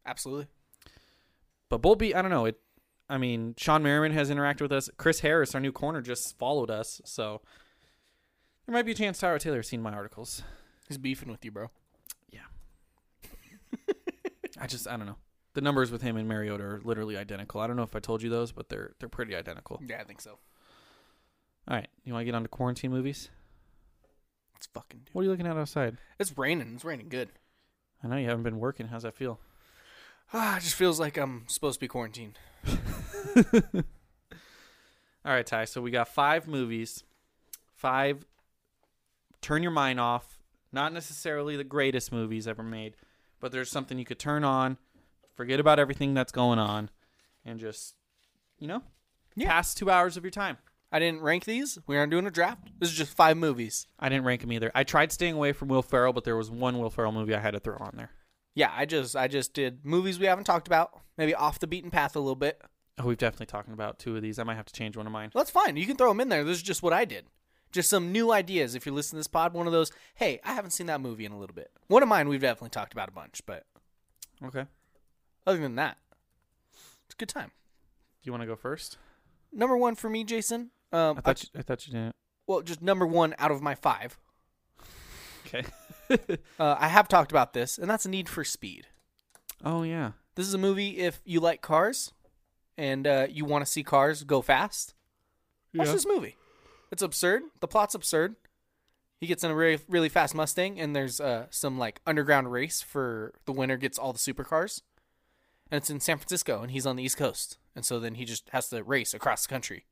[SPEAKER 2] Absolutely.
[SPEAKER 1] But Bolby, I don't know. It, I mean, Sean Merriman has interacted with us. Chris Harris, our new corner, just followed us. So there might be a chance Tyra Taylor has seen my articles.
[SPEAKER 2] He's beefing with you, bro.
[SPEAKER 1] Yeah. I just I don't know. The numbers with him and Mariota are literally identical. I don't know if I told you those, but they're they're pretty identical.
[SPEAKER 2] Yeah, I think so.
[SPEAKER 1] All right, you want to get on to quarantine movies?
[SPEAKER 2] Let's fucking do.
[SPEAKER 1] What are you looking at outside?
[SPEAKER 2] it. It's raining. It's raining good.
[SPEAKER 1] I know you haven't been working. How's that feel?
[SPEAKER 2] Ah, it just feels like I'm supposed to be quarantined.
[SPEAKER 1] All right, Ty. So we got five movies, five. Turn your mind off. Not necessarily the greatest movies ever made, but there's something you could turn on, forget about everything that's going on, and just, you know, pass two hours of your time.
[SPEAKER 2] I didn't rank these. We aren't doing a draft. This is just five movies.
[SPEAKER 1] I didn't rank them either. I tried staying away from Will Ferrell, but there was one Will Ferrell movie I had to throw on there.
[SPEAKER 2] Yeah, I just I just did movies we haven't talked about. Maybe off the beaten path a little bit.
[SPEAKER 1] Oh, we've definitely talking about two of these. I might have to change one of mine.
[SPEAKER 2] That's fine. You can throw them in there. This is just what I did. Just some new ideas. If you're listening to this pod, one of those. Hey, I haven't seen that movie in a little bit. One of mine we've definitely talked about a bunch, but
[SPEAKER 1] Okay. Do
[SPEAKER 2] other than that, it's a good time.
[SPEAKER 1] you want to go first?
[SPEAKER 2] Number one for me, Jason. Um,
[SPEAKER 1] I
[SPEAKER 2] I-
[SPEAKER 1] thought you, I thought you didn't.
[SPEAKER 2] well, just number one out of my five.
[SPEAKER 1] Okay.
[SPEAKER 2] Uh, I have talked about this, and that's Need for Speed.
[SPEAKER 1] oh yeah.
[SPEAKER 2] This is a movie if you like cars and uh, you want to see cars go fast. Watch
[SPEAKER 1] Yeah.
[SPEAKER 2] this movie. It's absurd. The plot's absurd. He gets in a really really fast Mustang, and there's uh, some like underground race for the winner gets all the supercars, and it's in San Francisco, and he's on the East Coast, and so then he just has to race across the country,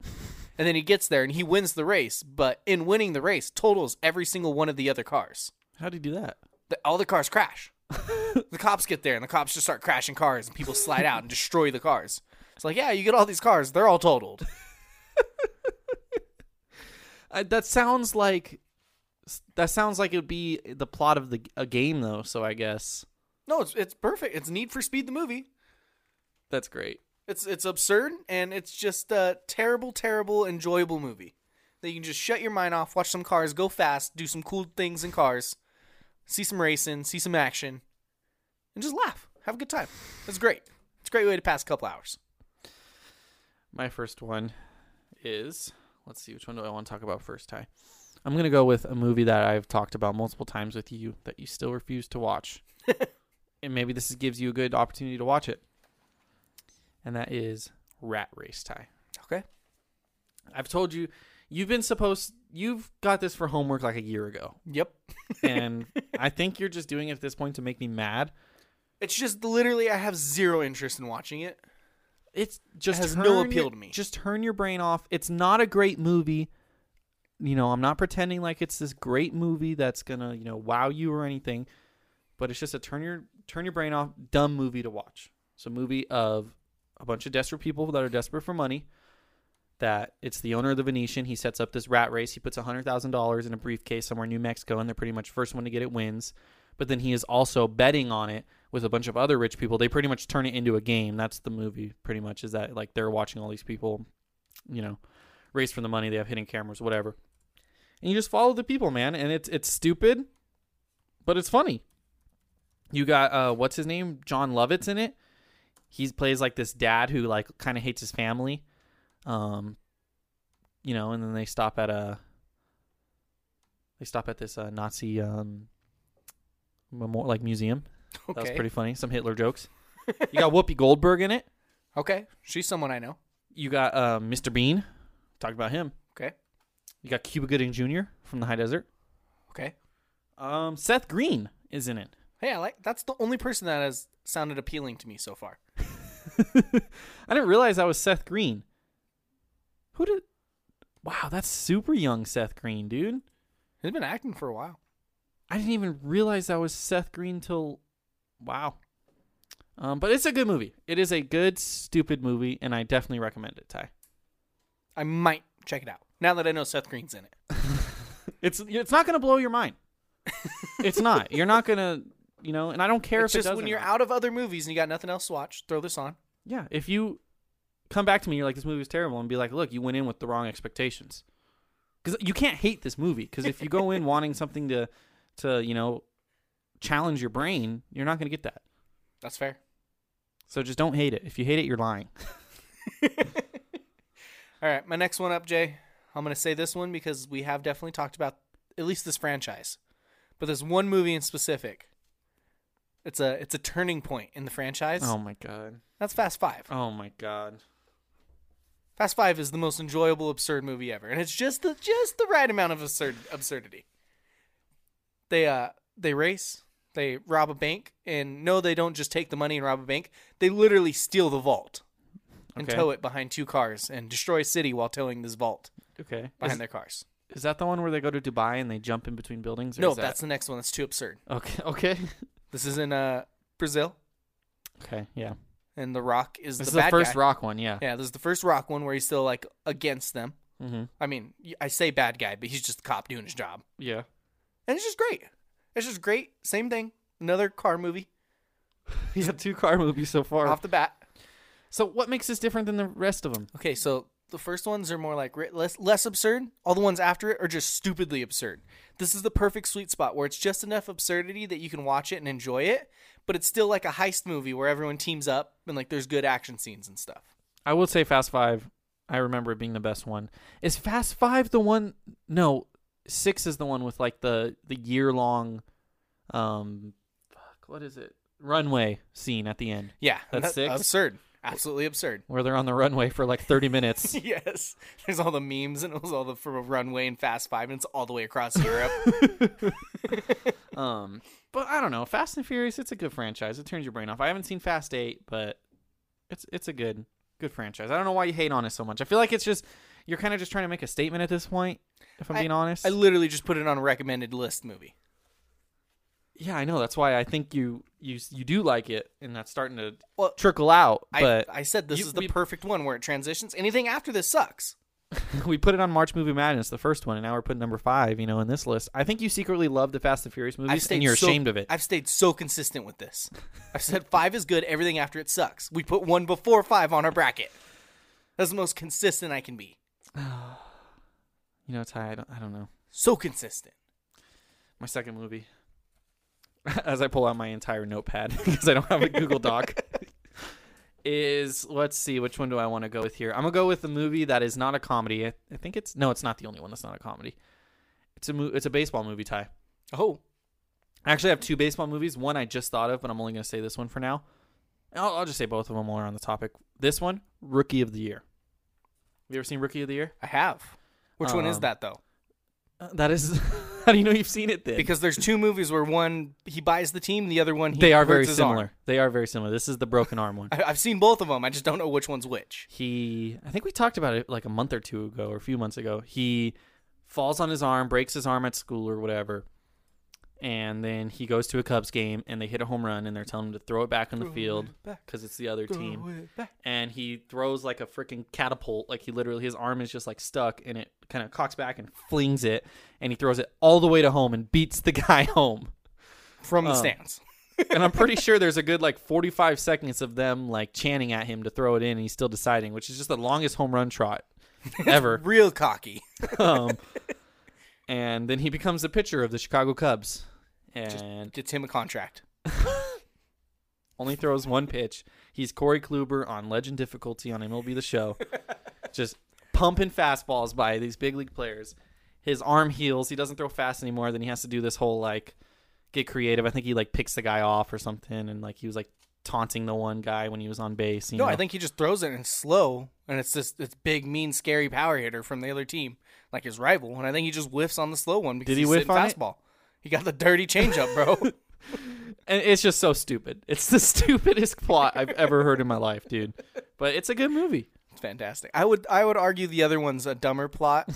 [SPEAKER 2] and then he gets there and he wins the race, but in winning the race, totals every single one of the other cars.
[SPEAKER 1] How do you do that?
[SPEAKER 2] The, all the cars crash. the cops get there and the cops just start crashing cars and people slide out and destroy the cars. It's like, yeah, you get all these cars, they're all totaled.
[SPEAKER 1] I, that sounds like that sounds like it would be the plot of the a game though. So I guess
[SPEAKER 2] No, it's it's perfect. It's Need for Speed the movie.
[SPEAKER 1] that's great.
[SPEAKER 2] It's it's absurd and it's just a terrible, terrible, enjoyable movie that you can just shut your mind off, watch some cars go fast, do some cool things in cars, see some racing, see some action, and just laugh, have a good time. It's great. It's a great way to pass a couple hours.
[SPEAKER 1] My first one is let's see which one do I want to talk about first, Ty. I'm gonna go with a movie that I've talked about multiple times with you that you still refuse to watch, and maybe this gives you a good opportunity to watch it. And that is Rat Race, Ty.
[SPEAKER 2] Okay.
[SPEAKER 1] I've told you, you've been supposed, you've got this for homework like a year ago,
[SPEAKER 2] Yep.
[SPEAKER 1] and I think you're just doing it at this point to make me mad.
[SPEAKER 2] It's just literally I have zero interest in watching it.
[SPEAKER 1] It's just
[SPEAKER 2] has
[SPEAKER 1] turn
[SPEAKER 2] no appeal
[SPEAKER 1] your-
[SPEAKER 2] to me.
[SPEAKER 1] Just turn your brain off. It's not a great movie. You know, I'm not pretending like it's this great movie that's gonna you know wow you or anything, but it's just a turn your turn your brain off dumb movie to watch. It's a movie of a bunch of desperate people that are desperate for money. That it's the owner of the Venetian. He sets up this rat race. He puts hundred thousand dollars in a briefcase somewhere in New Mexico, and they're pretty much first one to get it wins. But then he is also betting on it with a bunch of other rich people. They pretty much turn it into a game. That's the movie. Pretty much is that like they're watching all these people, you know, race for the money. They have hidden cameras, whatever. And you just follow the people, man. And it's it's stupid, but it's funny. You got uh, what's his name? John Lovitz in it. He plays like this dad who like kind of hates his family, um, you know. And then they stop at a they stop at this uh, Nazi um, memor- like museum. That was pretty funty. Some Hitler jokes. You got Whoopi Goldberg in it.
[SPEAKER 2] Okay. She's someone I know.
[SPEAKER 1] You got uh, Mr. Bean. Talked about him.
[SPEAKER 2] Okay.
[SPEAKER 1] You got Cuba Gooding Jr. from the High Desert.
[SPEAKER 2] Okay.
[SPEAKER 1] Um, Seth Green is in it.
[SPEAKER 2] Hey, I like that's the only person that has sounded appealing to me so far.
[SPEAKER 1] I didn't realize that was Seth Green. Who did? Wow, that's super young Seth Green, dude.
[SPEAKER 2] He's been acting for a while.
[SPEAKER 1] I didn't even realize that was Seth Green till wow. Um, but it's a good movie. It is a good stupid movie, and I definitely recommend it. Ty.
[SPEAKER 2] I might check it out now that I know Seth Green's in it.
[SPEAKER 1] It's it's not going to blow your mind. it's not. You're not going to, you know. And I don't care
[SPEAKER 2] It's
[SPEAKER 1] if it
[SPEAKER 2] just
[SPEAKER 1] does
[SPEAKER 2] when
[SPEAKER 1] or
[SPEAKER 2] you're
[SPEAKER 1] not.
[SPEAKER 2] out of other movies and you got nothing else to watch, throw this on.
[SPEAKER 1] Yeah, if you come back to me, you're like, this movie was terrible, and be like, look, you went in with the wrong expectations. Because you can't hate this movie. Because if you go in wanting something to, to you know, challenge your brain, you're not going to get that.
[SPEAKER 2] That's fair.
[SPEAKER 1] So just don't hate it. If you hate it, you're lying.
[SPEAKER 2] All right, my next one up, Jay. I'm gonna say this one because we have definitely talked about at least this franchise, but there's one movie in specific. It's a it's a turning point in the franchise.
[SPEAKER 1] oh my god.
[SPEAKER 2] That's Fast Five.
[SPEAKER 1] Oh my god.
[SPEAKER 2] Fast Five is the most enjoyable absurd movie ever, and it's just the just the right amount of absurd absurdity. They uh they race, they rob a bank, and no, they don't just take the money and rob a bank. They literally steal the vault and
[SPEAKER 1] Okay.
[SPEAKER 2] tow it behind two cars and destroy a city while towing this vault
[SPEAKER 1] Okay.
[SPEAKER 2] behind
[SPEAKER 1] Is,
[SPEAKER 2] their cars.
[SPEAKER 1] is that the one where they go to Dubai and they jump in between buildings? or
[SPEAKER 2] No,
[SPEAKER 1] is that-
[SPEAKER 2] that's the next one. That's too absurd.
[SPEAKER 1] okay. Okay.
[SPEAKER 2] This is in uh Brazil,
[SPEAKER 1] okay. Yeah.
[SPEAKER 2] and The Rock is
[SPEAKER 1] This
[SPEAKER 2] the
[SPEAKER 1] is the
[SPEAKER 2] bad
[SPEAKER 1] first
[SPEAKER 2] guy.
[SPEAKER 1] rock one. Yeah.
[SPEAKER 2] Yeah, this is the first Rock one where he's still like against them.
[SPEAKER 1] Mm-hmm.
[SPEAKER 2] I mean, y- I say bad guy, but he's just a cop doing his job.
[SPEAKER 1] Yeah.
[SPEAKER 2] and it's just great. It's just great. Same thing. Another car movie
[SPEAKER 1] yeah. Two car movies so far.
[SPEAKER 2] off the bat.
[SPEAKER 1] so what makes this different than the rest of them?
[SPEAKER 2] Okay, so the first ones are more like ri- less less absurd. All the ones after it are just stupidly absurd. This is the perfect sweet spot where it's just enough absurdity that you can watch it and enjoy it, but it's still like a heist movie where everyone teams up and like there's good action scenes and stuff.
[SPEAKER 1] I will say Fast Five. I remember it being the best one. Is Fast Five the one? No, six is the one with like the the year long, um, fuck, what is it? Runway scene at the end
[SPEAKER 2] Yeah, and
[SPEAKER 1] That's
[SPEAKER 2] that-
[SPEAKER 1] six?
[SPEAKER 2] Absurd. Absolutely absurd.
[SPEAKER 1] where they're on the runway for like thirty minutes.
[SPEAKER 2] yes. There's all the memes and it was all the from a runway and Fast Five and it's all the way across Europe.
[SPEAKER 1] um, but I don't know. Fast and Furious. It's a good franchise. It turns your brain off. I haven't seen Fast Eight, but it's it's a good good franchise. I don't know why you hate on it so much. I feel like it's just you're kind of just trying to make a statement at this point. If I'm
[SPEAKER 2] I-
[SPEAKER 1] being honest,
[SPEAKER 2] I literally just put it on a recommended list movie.
[SPEAKER 1] Yeah, I know. That's why I think you you you do like it, and that's starting to
[SPEAKER 2] Well,
[SPEAKER 1] trickle out. But
[SPEAKER 2] I, I said this
[SPEAKER 1] you-
[SPEAKER 2] is the
[SPEAKER 1] we-
[SPEAKER 2] perfect one where it transitions. Anything after this sucks.
[SPEAKER 1] we put it on March Movie Madness, the first one, and now we're putting number five. You know, in this list, I think you secretly love the Fast and Furious movies, and you're
[SPEAKER 2] so-
[SPEAKER 1] ashamed of it.
[SPEAKER 2] I've stayed so consistent with this. I've said five is good. Everything after it sucks. We put one before five on our bracket. That's the most consistent I can be.
[SPEAKER 1] you know, Ty, I don't, I don't know.
[SPEAKER 2] So consistent.
[SPEAKER 1] My second movie, as I pull out my entire notepad because I don't have a Google Doc, is let's see which one do I want to go with here. I'm gonna go with the movie that is not a comedy. I, I think it's no, it's not the only one that's not a comedy. It's a mo- it's a baseball movie, Ty.
[SPEAKER 2] Oh,
[SPEAKER 1] I actually have two baseball movies. One I just thought of, but I'm only going to say this one for now. I'll, I'll just say both of them while we're on the topic. This one, Rookie of the Year. Have you ever seen Rookie of the Year?
[SPEAKER 2] I have. Which one is
[SPEAKER 1] Um,
[SPEAKER 2] that though?
[SPEAKER 1] Uh, that is. how do you know you've seen it then?
[SPEAKER 2] Because there's two movies where one he buys the team, the other one he
[SPEAKER 1] they are very
[SPEAKER 2] hurts his arm.
[SPEAKER 1] similar. They are very similar. This is the broken arm one.
[SPEAKER 2] I, I've seen both of them. I just don't know which one's which.
[SPEAKER 1] He, I think we talked about it like a month or two ago or a few months ago. He falls on his arm, breaks his arm at school or whatever. And then he goes to a Cubs game and they hit a home run and they're telling him to throw it back on the field because it's the other team. and he throws like a freaking catapult. Like he literally, his arm is just like stuck, and it kind of cocks back and flings it, and he throws it all the way to home and beats the guy home.
[SPEAKER 2] From the
[SPEAKER 1] Um,
[SPEAKER 2] stands.
[SPEAKER 1] And I'm pretty sure there's a good like 45 seconds of them like chanting at him to throw it in, and he's still deciding, which is just the longest home run trot ever.
[SPEAKER 2] Real cocky.
[SPEAKER 1] um, and then he becomes the pitcher of the Chicago Cubs, and
[SPEAKER 2] Gets him a contract.
[SPEAKER 1] only throws one pitch. He's Corey Kluber on Legend difficulty on MLB The Show, just pumping fastballs by these big league players. His arm heals. He doesn't throw fast anymore. Then he has to do this whole like get creative. I think he like picks the guy off or something, and like he was like taunting the one guy when he was on base. you
[SPEAKER 2] No,
[SPEAKER 1] know?
[SPEAKER 2] I think he just throws it and it's slow, and it's just it's big, mean, scary power hitter from the other team, like his rival. And I think he just whiffs on the slow one because
[SPEAKER 1] Did he
[SPEAKER 2] he's
[SPEAKER 1] whiff
[SPEAKER 2] sitting
[SPEAKER 1] on it?
[SPEAKER 2] fastball. He got the dirty changeup, bro.
[SPEAKER 1] and it's just so stupid. It's the stupidest plot I've ever heard in my life, dude. But it's a good movie.
[SPEAKER 2] it's fantastic. I would I would argue the other one's a dumber plot,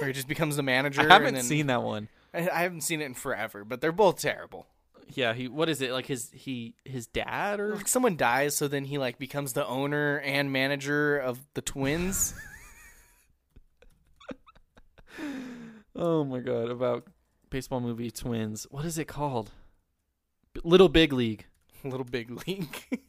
[SPEAKER 2] where he just becomes the manager.
[SPEAKER 1] I haven't
[SPEAKER 2] and then,
[SPEAKER 1] seen that one.
[SPEAKER 2] I, I haven't seen it in forever, but they're both terrible.
[SPEAKER 1] Yeah, he. What is it like? His he his dad or
[SPEAKER 2] Like someone dies, so then he like becomes the owner and manager of the twins.
[SPEAKER 1] Oh my god, about baseball movie twins. What is it called? B- Little Big League.
[SPEAKER 2] Little big league.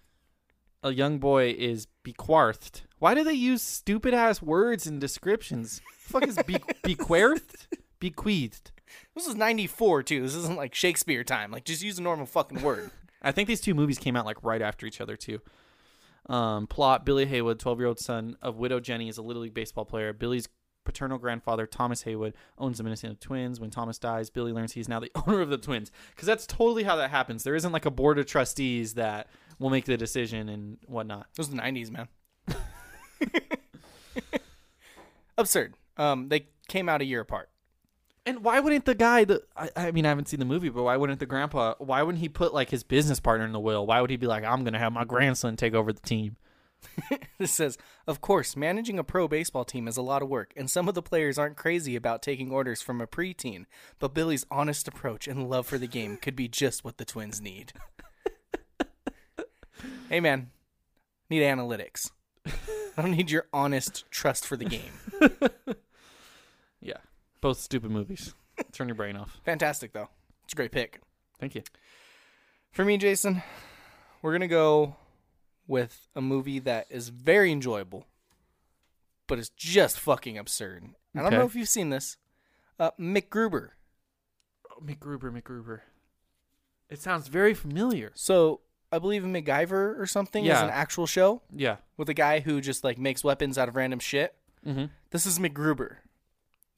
[SPEAKER 1] A young boy is bequarthed. Why do they use stupid ass words and descriptions? fuck is be- bequarthed? Bequeathed.
[SPEAKER 2] this is '94 too. This isn't like Shakespeare time. Like, just use a normal fucking word.
[SPEAKER 1] I think these two movies came out like right after each other too. Um, plot: Billy Haywood, twelve-year-old son of widow Jenny, is a little league baseball player. Billy's paternal grandfather, Thomas Haywood, owns the Minnesota Twins. When Thomas dies, Billy learns he's now the owner of the Twins. Because that's totally how that happens. There isn't like a board of trustees that will make the decision and whatnot.
[SPEAKER 2] It was the '90s, man. Absurd. Um, they came out a year apart.
[SPEAKER 1] And why wouldn't the guy? The I, I mean, I haven't seen the movie, but why wouldn't the grandpa? Why wouldn't he put like his business partner in the will? Why would he be like, "I'm gonna have my grandson take over the team"?
[SPEAKER 2] This says, of course, managing a pro baseball team is a lot of work, and some of the players aren't crazy about taking orders from a preteen, but Billy's honest approach and love for the game could be just what the twins need. hey, man, need analytics. I don't need your honest trust for the game.
[SPEAKER 1] Yeah, both stupid movies. Turn your brain off.
[SPEAKER 2] Fantastic, though. It's a great pick.
[SPEAKER 1] Thank you.
[SPEAKER 2] For me, Jason, we're going to go with a movie that is very enjoyable, but it's just fucking absurd. I don't
[SPEAKER 1] Okay.
[SPEAKER 2] know if you've seen this. Uh, Mick Gruber.
[SPEAKER 1] Oh, McGruber, McGruber. It sounds very familiar.
[SPEAKER 2] So I believe MacGyver or something is
[SPEAKER 1] Yeah.
[SPEAKER 2] an actual show
[SPEAKER 1] Yeah.
[SPEAKER 2] with a guy who just like makes weapons out of random shit.
[SPEAKER 1] Mhm.
[SPEAKER 2] This is MacGruber.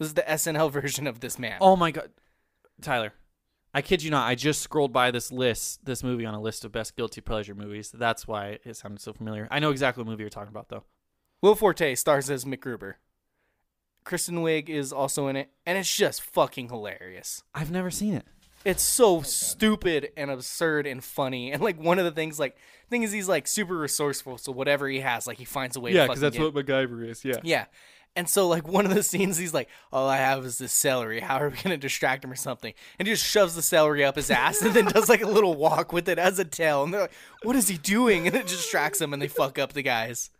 [SPEAKER 2] This is the SNL version of this man.
[SPEAKER 1] Oh my god, Tyler, I kid you not. I just scrolled by this list, this movie on a list of best guilty pleasure movies. That's why it sounded so familiar. I know exactly what movie you're talking about, though.
[SPEAKER 2] Will Forte stars as MacGruber. Kristen Wiig is also in it, and it's just fucking hilarious.
[SPEAKER 1] I've never seen it.
[SPEAKER 2] It's so stupid and absurd and funny. And like one of the things, like thing is, he's like super resourceful. So whatever he has, like he finds a way. to fucking get.
[SPEAKER 1] MacGyver is.
[SPEAKER 2] Yeah. And so, like, one of the scenes, he's like, All I have is this celery. How are we going to distract him or something? And he just shoves the celery up his ass and then does, like, a little walk with it as a tail. And they're like, What is he doing? And it distracts him and they fuck up the guys.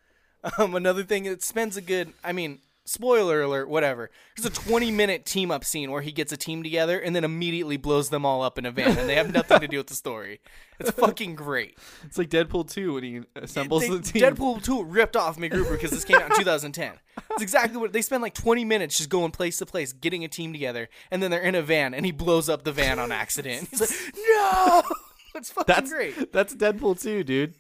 [SPEAKER 2] Um, another thing, it spends a good, I mean, spoiler alert, whatever. There's a 20 minute team up scene where he gets a team together and then immediately blows them all up in a van and they have nothing to do with the story. It's fucking great.
[SPEAKER 1] It's like Deadpool 2 when he assembles
[SPEAKER 2] They- Deadpool 2 ripped off MacGruber because this came out in 2010. That's exactly what they spend like 20 minutes just going place to place, getting a team together, and then they're in a van and he blows up the van on accident. He's like, no! It's fucking
[SPEAKER 1] That's
[SPEAKER 2] great.
[SPEAKER 1] That's Deadpool 2, dude.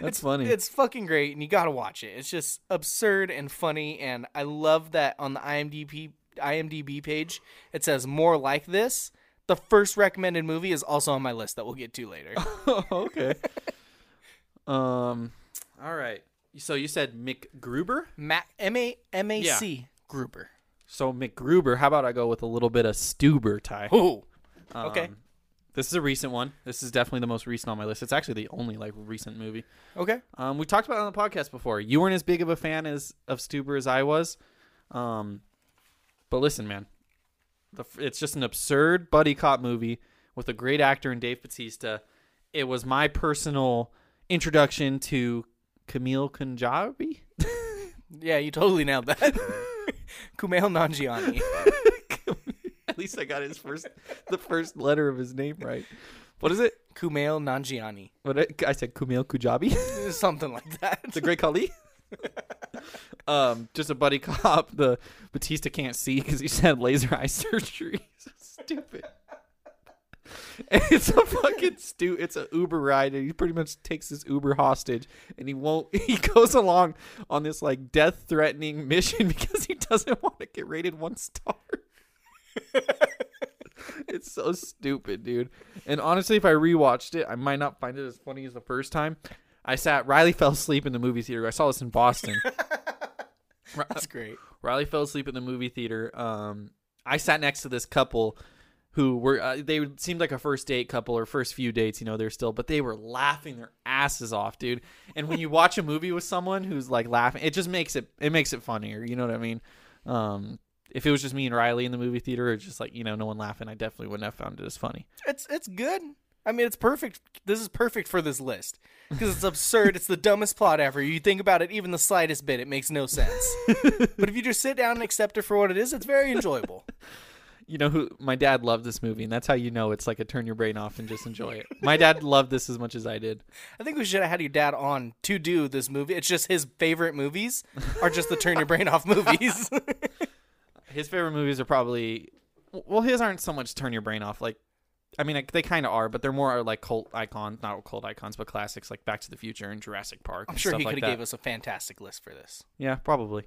[SPEAKER 1] That's funny.
[SPEAKER 2] It's fucking great, and you gotta watch it. It's just absurd and funny, and I love that on the IMDb IMDb page it says more like this. The first recommended movie is also on my list that we'll get to later.
[SPEAKER 1] okay. um. All right. So you said McGruber.
[SPEAKER 2] Mac M A M A C Gruber.
[SPEAKER 1] So McGruber. How about I go with a little bit of Stuber, Ty?
[SPEAKER 2] Oh, okay,
[SPEAKER 1] This is a recent one. This is definitely the most recent on my list. It's actually the only like recent movie.
[SPEAKER 2] okay.
[SPEAKER 1] Um, we talked about it on the podcast before. You weren't as big of a fan as of Stuber as I was. Um, but listen, man, the, f- it's just an absurd buddy cop movie with a great actor in Dave Bautista. It was my personal introduction to Camille Kunjabi.
[SPEAKER 2] Yeah, you totally nailed that. Kumail Nanjiani.
[SPEAKER 1] At least I got his first, the first letter of his name right. What is it?
[SPEAKER 2] Kumail Nanjiani.
[SPEAKER 1] What I, I said, Camille Kujabi.
[SPEAKER 2] Something like that.
[SPEAKER 1] the Great Khali. um, just a buddy cop. The Batista can't see because he's had laser eye surgery. so stupid. And it's a fucking stu. It's a Uber ride, and he pretty much takes this Uber hostage, and he won't. He goes along on this like death threatening mission because he doesn't want to get rated one star. it's so stupid, dude. And honestly, if I rewatched it, I might not find it as funny as the first time. I sat. Riley fell asleep in the movie theater. I saw this in Boston.
[SPEAKER 2] That's great.
[SPEAKER 1] Riley fell asleep in the movie theater. Um, I sat next to this couple who were uh, they seemed like a first date couple or first few dates. You know, they're still, but they were laughing their asses off, dude. And when you watch a movie with someone who's like laughing, it just makes it it makes it funnier. You know what I mean? Um, if it was just me and Riley in the movie theater, or just like you know no one laughing, I definitely wouldn't have found it as funny.
[SPEAKER 2] It's it's good. I mean, it's perfect. This is perfect for this list because it's absurd. it's the dumbest plot ever. You think about it even the slightest bit, it makes no sense. but if you just sit down and accept it for what it is, it's very enjoyable.
[SPEAKER 1] You know who? My dad loved this movie, and that's how you know it's like a turn your brain off and just enjoy it. My dad loved this as much as I did.
[SPEAKER 2] I think we should have had your dad on to do this movie. It's just his favorite movies are just the turn your brain off movies.
[SPEAKER 1] his favorite movies are probably well, his aren't so much turn your brain off. Like, I mean, like, they kind of are, but they're more uh, like cult icons, not cult icons, but classics like Back to the Future and Jurassic Park.
[SPEAKER 2] I'm sure he
[SPEAKER 1] like
[SPEAKER 2] could have gave us a fantastic list for this.
[SPEAKER 1] Yeah, probably.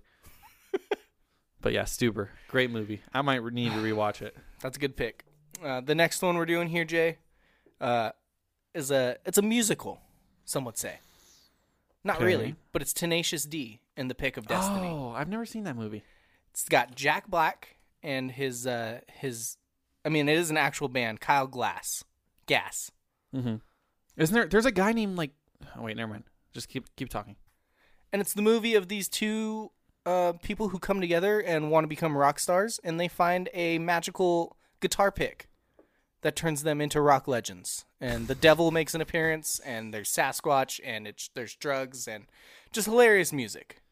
[SPEAKER 1] but yeah, Stuber, great movie. I might need to rewatch it.
[SPEAKER 2] That's a good pick. Uh, the next one we're doing here, Jay, uh, is a it's a musical. Some would say, not
[SPEAKER 1] Okay.
[SPEAKER 2] really, but it's Tenacious D in the pick of Destiny.
[SPEAKER 1] Oh, I've never seen that movie.
[SPEAKER 2] It's got Jack Black and his uh his I mean it is an actual band, Kyle Glass. Gas.
[SPEAKER 1] Mm-hmm. Isn't there? There's a guy named like. Oh wait, never mind. Just keep keep talking.
[SPEAKER 2] And it's the movie of these two uh people who come together and want to become rock stars and they find a magical guitar pick that turns them into rock legends. And the devil makes an appearance and there's Sasquatch and it's there's drugs and just hilarious music.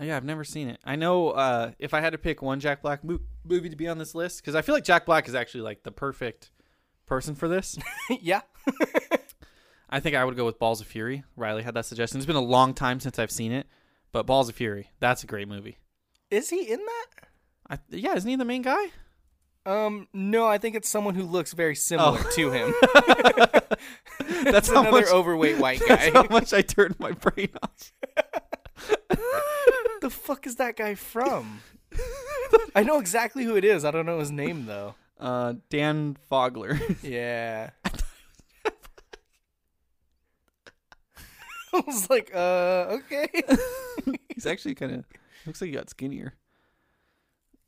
[SPEAKER 1] Oh, Yeah, I've never seen it. I know uh, if I had to pick one Jack Black mo- movie to be on this list, because I feel like Jack Black is actually like the perfect person for this.
[SPEAKER 2] yeah.
[SPEAKER 1] I think I would go with Balls of Fury. Riley had that suggestion. It's been a long time since I've seen it, but Balls of Fury, that's a great movie.
[SPEAKER 2] Is he in that?
[SPEAKER 1] I, yeah, isn't he the main guy?
[SPEAKER 2] Um, no, I think it's someone who looks very similar
[SPEAKER 1] Oh.
[SPEAKER 2] to him.
[SPEAKER 1] That's
[SPEAKER 2] It's
[SPEAKER 1] how
[SPEAKER 2] another
[SPEAKER 1] much-
[SPEAKER 2] overweight white
[SPEAKER 1] that's
[SPEAKER 2] guy.
[SPEAKER 1] how much I turned my brain off.
[SPEAKER 2] the fuck is that guy from? I know exactly who it is. I don't know his name though.
[SPEAKER 1] Uh, Dan Fogler.
[SPEAKER 2] Yeah. I was like, uh, okay.
[SPEAKER 1] He's actually kind of looks like he got skinnier.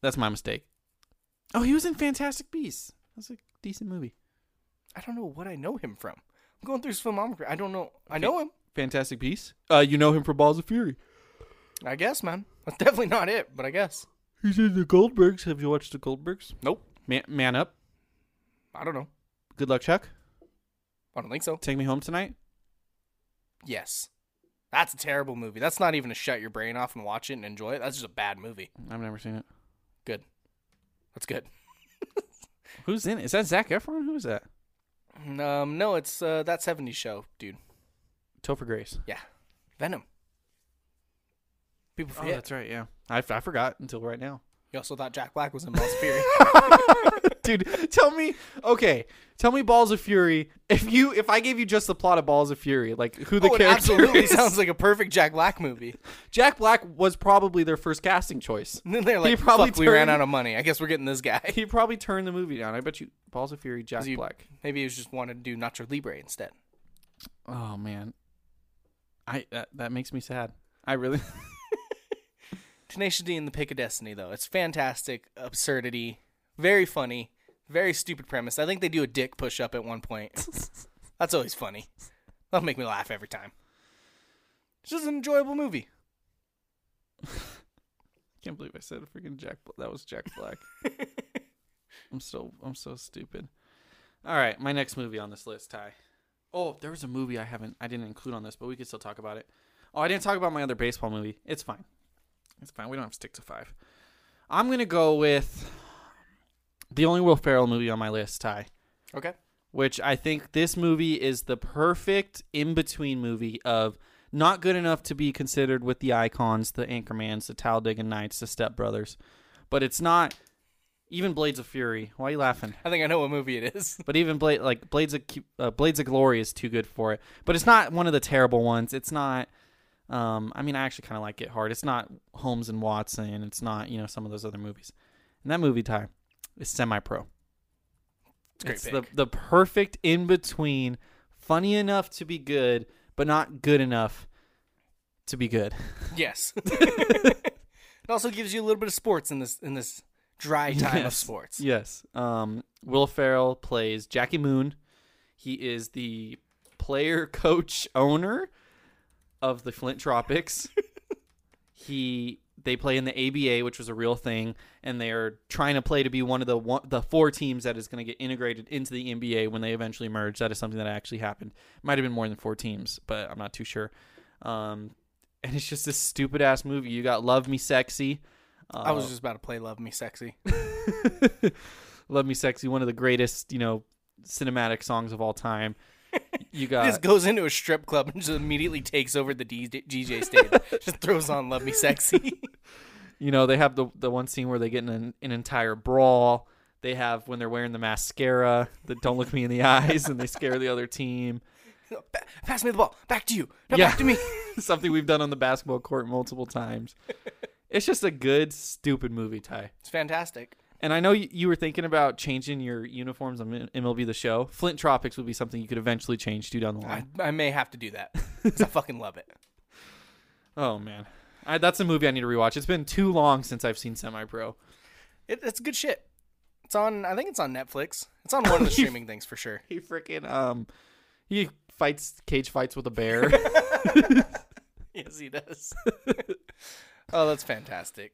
[SPEAKER 1] That's my mistake. Oh, he was in Fantastic Beasts. That's a decent movie.
[SPEAKER 2] I don't know what I know him from. I'm going through his filmography. I don't know. I know him.
[SPEAKER 1] Fantastic Beasts. Uh, you know him from Balls of Fury.
[SPEAKER 2] I guess, man. That's definitely not it, but I guess.
[SPEAKER 1] He's in the Goldbergs. Have you watched the Goldbergs?
[SPEAKER 2] Nope.
[SPEAKER 1] Man, man up.
[SPEAKER 2] I don't know.
[SPEAKER 1] Good luck, Chuck.
[SPEAKER 2] I don't think so.
[SPEAKER 1] Take me home tonight.
[SPEAKER 2] Yes. That's a terrible movie. That's not even to shut your brain off and watch it and enjoy it. That's just a bad movie.
[SPEAKER 1] I've never seen it.
[SPEAKER 2] Good. That's good.
[SPEAKER 1] Who's in it? Is that Zach Efron? Who is that?
[SPEAKER 2] Um, no, it's uh, that 70s show, dude.
[SPEAKER 1] Topher Grace.
[SPEAKER 2] Yeah. Venom. People
[SPEAKER 1] Oh,
[SPEAKER 2] forget.
[SPEAKER 1] that's right. Yeah, I, I forgot until right now.
[SPEAKER 2] You also thought Jack Black was in Balls of Fury.
[SPEAKER 1] dude tell me okay tell me balls of fury if you if i gave you just the plot of balls of fury like who the
[SPEAKER 2] oh, it
[SPEAKER 1] character
[SPEAKER 2] absolutely
[SPEAKER 1] is
[SPEAKER 2] sounds like a perfect Jack Black movie.
[SPEAKER 1] jack black was probably their first casting choice
[SPEAKER 2] And then they're like,
[SPEAKER 1] probably
[SPEAKER 2] "Fuck, we ran
[SPEAKER 1] turned-
[SPEAKER 2] out of money. I guess we're getting this guy."
[SPEAKER 1] he probably turned the movie down i bet you balls of fury jack
[SPEAKER 2] Because you-
[SPEAKER 1] black
[SPEAKER 2] Maybe he was just wanted to do Nacho Libre instead.
[SPEAKER 1] oh man i that, that makes me sad i really
[SPEAKER 2] Tenacious D and the Pick of Destiny, though. It's fantastic absurdity, very funny, very stupid premise. I think they do a dick push up at one point. That's always funny. That'll make me laugh every time. It's just an enjoyable movie.
[SPEAKER 1] can't believe i said freaking jack Bla- that was jack black i'm so i'm so stupid all right my next movie on this list ty oh there was a movie i haven't i didn't include on this but we could still talk about it oh i didn't talk about my other baseball movie it's fine it's fine we don't have to stick to five i'm gonna go with the only will ferrell movie on my list ty
[SPEAKER 2] Okay.
[SPEAKER 1] which I think this movie is the perfect in between movie of not good enough to be considered with the icons, the Anchormans, the Talladega Knights, the Step Brothers, but it's not even Blades of Fury. Why are you laughing?
[SPEAKER 2] I think I know what movie it is.
[SPEAKER 1] But even Blade, like Blades of Cu- uh, Blades of Glory, is too good for it. But it's not one of the terrible ones. It's not. Um, I mean, I actually kind of like Get Hard. It's not Holmes and Watson. It's not you know some of those other movies. And that movie time is semi pro.
[SPEAKER 2] It's a great
[SPEAKER 1] the
[SPEAKER 2] pick.
[SPEAKER 1] the perfect in between, funny enough to be good, but not good enough to be good.
[SPEAKER 2] Yes. it also gives you a little bit of sports in this in this dry time of
[SPEAKER 1] Yes.
[SPEAKER 2] sports.
[SPEAKER 1] Yes. Um, Will Farrell plays Jackie Moon. He is the player, coach, owner of the Flint Tropics. he They play in the ABA, which was a real thing, and they're trying to play to be one of the one, the four teams that is going to get integrated into the NBA when they eventually merge. That is something that actually happened. Might have been more than four teams, but I'm not too sure. Um, and it's just this stupid ass movie. You got Love Me Sexy.
[SPEAKER 2] Uh, I was just about to play Love Me Sexy.
[SPEAKER 1] Love Me Sexy, one of the greatest, you know, cinematic songs of all time. You got
[SPEAKER 2] just goes into a strip club and just immediately takes over the DJ stage. just throws on "Love Me Sexy."
[SPEAKER 1] you know they have the the one scene where they get in an, an entire brawl. They have when they're wearing the mascara that don't look me in the eyes and they scare the other team.
[SPEAKER 2] Pass me the ball. Back to you. No, yeah. back to me.
[SPEAKER 1] Something we've done on the basketball court multiple times. It's just a good, stupid movie, Ty.
[SPEAKER 2] It's fantastic.
[SPEAKER 1] And I know you were thinking about changing your uniforms on MLB The Show. Flint Tropics would be something you could eventually change to down the line.
[SPEAKER 2] I, I may have to do that. I fucking love it.
[SPEAKER 1] Oh man, I, that's a movie I need to rewatch. It's been too long since I've seen Semi Pro.
[SPEAKER 2] It, it's good shit. It's on. I think it's on Netflix. It's on one of the streaming things for sure.
[SPEAKER 1] He freaking um, he fights cage fights with a bear.
[SPEAKER 2] yes, he does. oh, that's fantastic.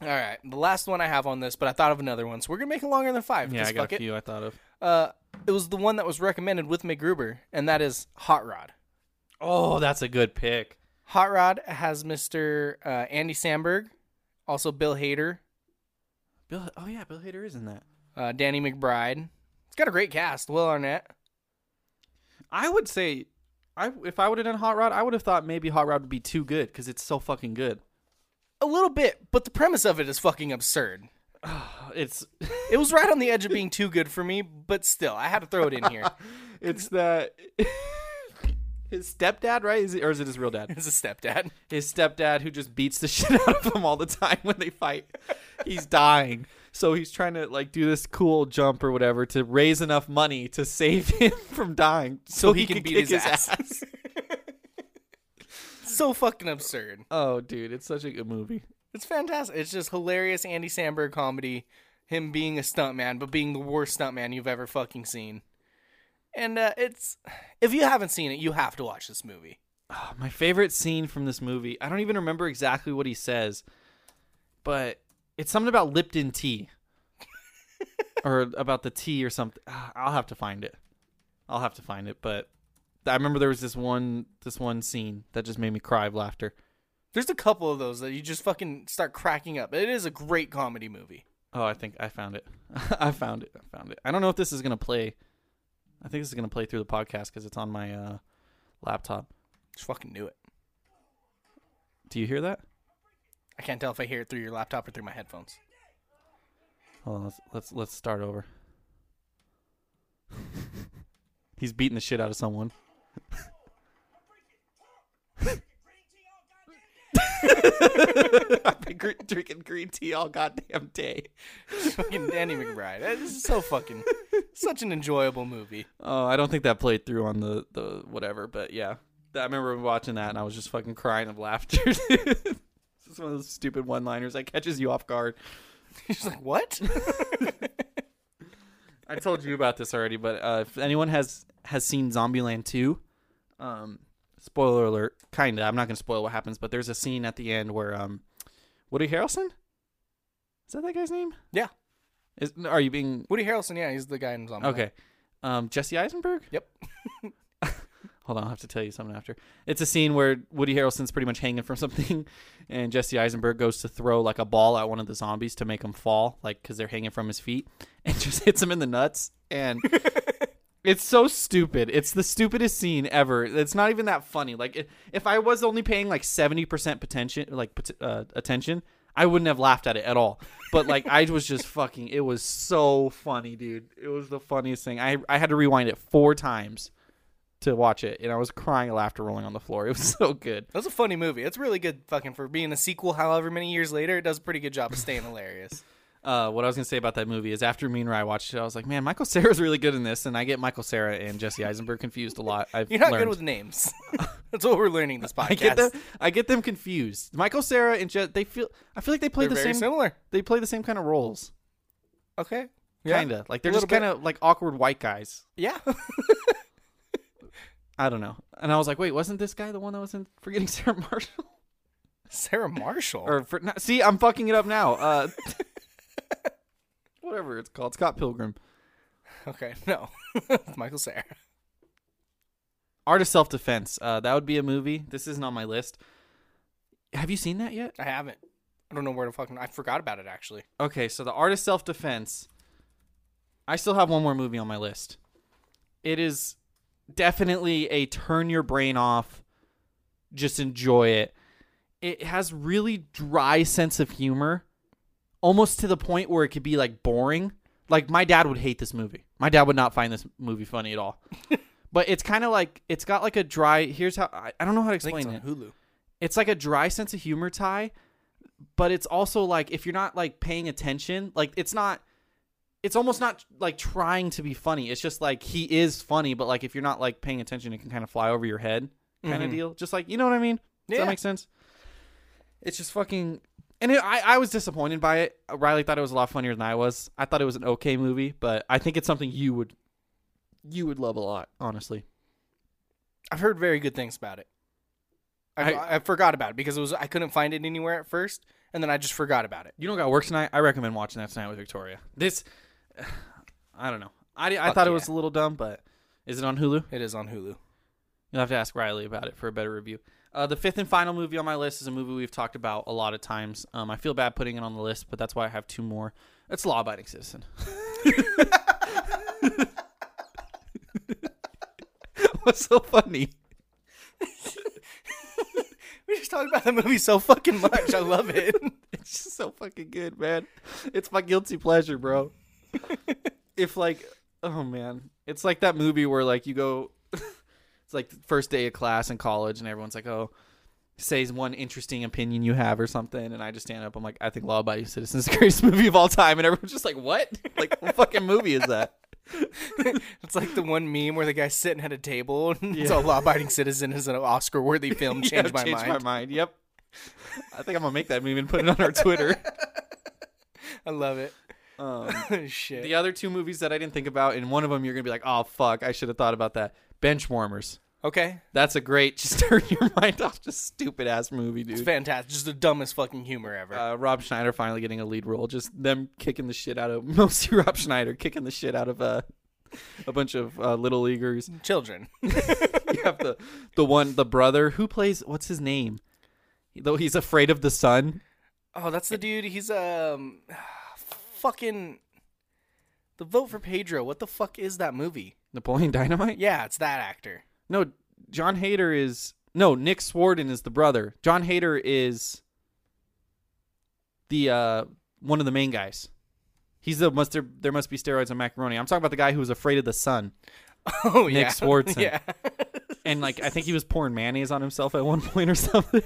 [SPEAKER 2] All right, the last one I have on this, but I thought of another one, so we're gonna make it longer than five.
[SPEAKER 1] Yeah, I got a few it. I thought of.
[SPEAKER 2] Uh, it was the one that was recommended with McGruber, and that is Hot Rod.
[SPEAKER 1] Oh, that's a good pick.
[SPEAKER 2] Hot Rod has Mister uh, Andy Samberg, also Bill Hader.
[SPEAKER 1] Bill, oh yeah, Bill Hader is in that.
[SPEAKER 2] Uh, Danny McBride. It's got a great cast. Will Arnett.
[SPEAKER 1] I would say, I if I would have done Hot Rod, I would have thought maybe Hot Rod would be too good because it's so fucking good.
[SPEAKER 2] A little bit, but the premise of it is fucking absurd.
[SPEAKER 1] Uh, it's
[SPEAKER 2] it was right on the edge of being too good for me, but still, I had to throw it in here.
[SPEAKER 1] it's that his stepdad, right? Is it, or is it his real dad?
[SPEAKER 2] It's a stepdad.
[SPEAKER 1] His stepdad who just beats the shit out of him all the time when they fight. He's dying, so he's trying to like do this cool jump or whatever to raise enough money to save him from dying,
[SPEAKER 2] so, so he, he, can, can beat his, his, ass. ass so fucking absurd.
[SPEAKER 1] Oh, dude, it's such a good movie.
[SPEAKER 2] It's fantastic. It's just hilarious Andy Samberg comedy, him being a stuntman, but being the worst stuntman you've ever fucking seen. And uh, it's if you haven't seen it, you have to watch this movie.
[SPEAKER 1] Oh, my favorite scene from this movie, I don't even remember exactly what he says, but it's something about Lipton tea. or about the tea or something. Ah, I'll have to find it. I'll have to find it, but I remember there was this one this one scene that just made me cry of laughter.
[SPEAKER 2] There's a couple of those that you just fucking start cracking up. It is a great comedy movie.
[SPEAKER 1] Oh, I think I found it. I found it. I found it. I don't know if this is gonna play. I think this is gonna play through the podcast because it's on my uh, laptop.
[SPEAKER 2] Just fucking do it.
[SPEAKER 1] Do you hear that?
[SPEAKER 2] I can't tell if I hear it through your laptop or through my headphones.
[SPEAKER 1] Hold on. Let's let's, let's start over. He's beating the shit out of someone. I've been gr- drinking green tea all goddamn day.
[SPEAKER 2] fucking Danny McBride. This is so fucking such an enjoyable movie.
[SPEAKER 1] Oh, I don't think that played through on the the whatever, but yeah, I remember watching that and I was just fucking crying of laughter. it's one of those stupid one liners that catches you off guard.
[SPEAKER 2] She's like, "What?"
[SPEAKER 1] I told you about this already, but uh, if anyone has has seen Zombieland two, um, spoiler alert, kind of. I'm not going to spoil what happens, but there's a scene at the end where um, Woody Harrelson. Is that that guy's name?
[SPEAKER 2] Yeah.
[SPEAKER 1] Is are you being
[SPEAKER 2] Woody Harrelson? Yeah, he's the guy in Zombieland.
[SPEAKER 1] Okay. Um, Jesse Eisenberg.
[SPEAKER 2] Yep.
[SPEAKER 1] Hold on, I'll have to tell you something after. It's a scene where Woody Harrelson's pretty much hanging from something, and Jesse Eisenberg goes to throw like a ball at one of the zombies to make him fall, like because they're hanging from his feet, and just hits him in the nuts. And It's so stupid. It's the stupidest scene ever. It's not even that funny. Like if, if I was only paying like 70% attention, like uh, attention, I wouldn't have laughed at it at all. But like I was just fucking it was so funny, dude. It was the funniest thing. I I had to rewind it 4 times to watch it and I was crying laughter rolling on the floor. It was so good.
[SPEAKER 2] That was a funny movie. It's really good fucking for being a sequel however many years later. It does a pretty good job of staying hilarious.
[SPEAKER 1] Uh, what I was gonna say about that movie is after Mean Rai watched it, I was like, man, Michael Sarah's really good in this, and I get Michael Sarah and Jesse Eisenberg confused a lot. I've
[SPEAKER 2] You're not
[SPEAKER 1] learned.
[SPEAKER 2] good with names. That's what we're learning this podcast.
[SPEAKER 1] I get them, I get them confused. Michael Sarah and Je- they feel. I feel like they play
[SPEAKER 2] they're
[SPEAKER 1] the same
[SPEAKER 2] similar.
[SPEAKER 1] They play the same kind of roles.
[SPEAKER 2] Okay.
[SPEAKER 1] Yeah. Kinda like they're just kind of like awkward white guys.
[SPEAKER 2] Yeah.
[SPEAKER 1] I don't know. And I was like, wait, wasn't this guy the one that was in Forgetting Sarah Marshall?
[SPEAKER 2] Sarah Marshall.
[SPEAKER 1] or for, no, see, I'm fucking it up now. Uh, whatever it's called, Scott Pilgrim.
[SPEAKER 2] Okay, no, Michael Sarah.
[SPEAKER 1] Art of Self Defense. Uh, that would be a movie. This isn't on my list. Have you seen that yet?
[SPEAKER 2] I haven't. I don't know where to fucking. I forgot about it actually.
[SPEAKER 1] Okay, so the Art of Self Defense. I still have one more movie on my list. It is definitely a turn your brain off, just enjoy it. It has really dry sense of humor, almost to the point where it could be like boring. Like my dad would hate this movie. My dad would not find this movie funny at all. but it's kind of like it's got like a dry. Here's how I, I don't know how to
[SPEAKER 2] think
[SPEAKER 1] explain
[SPEAKER 2] it's
[SPEAKER 1] it.
[SPEAKER 2] on Hulu.
[SPEAKER 1] It's like a dry sense of humor tie, but it's also like if you're not like paying attention, like it's not it's almost not like trying to be funny. It's just like he is funny, but like if you're not like paying attention, it can kind of fly over your head kind
[SPEAKER 2] Mhm.
[SPEAKER 1] of deal. Just like, you know what I mean? Does
[SPEAKER 2] Yeah.
[SPEAKER 1] that make sense? It's just fucking and it, I, I was disappointed by it. Riley thought it was a lot funnier than I was. I thought it was an okay movie, but I think it's something you would you would love a lot, honestly.
[SPEAKER 2] I've heard very good things about it. I, I, forgot about it because it was I couldn't find it anywhere at first, and then I just forgot about it.
[SPEAKER 1] You don't got work tonight? I recommend watching that tonight with Victoria. This I don't know. I, I
[SPEAKER 2] Fuck
[SPEAKER 1] thought it
[SPEAKER 2] yeah.
[SPEAKER 1] was a little dumb, but is it on Hulu?
[SPEAKER 2] It is on Hulu.
[SPEAKER 1] You'll have to ask Riley about it for a better review. Uh, the fifth and final movie on my list is a movie we've talked about a lot of times. Um, I feel bad putting it on the list, but that's why I have two more. It's Law Abiding Citizen. What's so funny?
[SPEAKER 2] We just talked about the movie so fucking much. I love it.
[SPEAKER 1] It's just so fucking good, man. It's my guilty pleasure, bro. if like, oh man, it's like that movie where like you go, it's like the first day of class in college, and everyone's like, oh, says one interesting opinion you have or something, and I just stand up, I'm like, I think Law Abiding Citizen is the greatest movie of all time, and everyone's just like, what? Like, what fucking movie is that?
[SPEAKER 2] It's like the one meme where the guy's sitting at a table and it's
[SPEAKER 1] Yeah.
[SPEAKER 2] a law-abiding citizen is an Oscar-worthy film. Change
[SPEAKER 1] Yeah,
[SPEAKER 2] my
[SPEAKER 1] changed
[SPEAKER 2] mind.
[SPEAKER 1] my mind. Yep. I think I'm gonna make that meme and put it on our Twitter.
[SPEAKER 2] I love it.
[SPEAKER 1] Um,
[SPEAKER 2] Shit.
[SPEAKER 1] The other two movies that I didn't think about, and one of them you're gonna be like, "Oh fuck, I should have thought about that." Benchwarmers.
[SPEAKER 2] Okay.
[SPEAKER 1] That's a great just turn your mind off, just stupid ass movie, dude.
[SPEAKER 2] It's fantastic. Just the dumbest fucking humor ever.
[SPEAKER 1] uh, Rob Schneider finally getting a lead role, just them kicking the shit out of mostly Rob Schneider kicking the shit out of uh, a bunch of uh, little leaguers.
[SPEAKER 2] Children.
[SPEAKER 1] you have the the one the brother who plays what's his name, though he's afraid of the sun.
[SPEAKER 2] Oh, that's the dude. He's um, fucking the vote for Pedro. What the fuck is that movie?
[SPEAKER 1] Napoleon Dynamite.
[SPEAKER 2] Yeah, it's that actor.
[SPEAKER 1] No, John Hader is no Nick Swarden is the brother. John Hader is the uh, one of the main guys. He's the must there, there must be steroids and macaroni. I'm talking about the guy who was afraid of the sun.
[SPEAKER 2] Oh
[SPEAKER 1] Nick
[SPEAKER 2] yeah,
[SPEAKER 1] Swartzen.
[SPEAKER 2] Yeah,
[SPEAKER 1] And like I think he was pouring mayonnaise on himself at one point or something.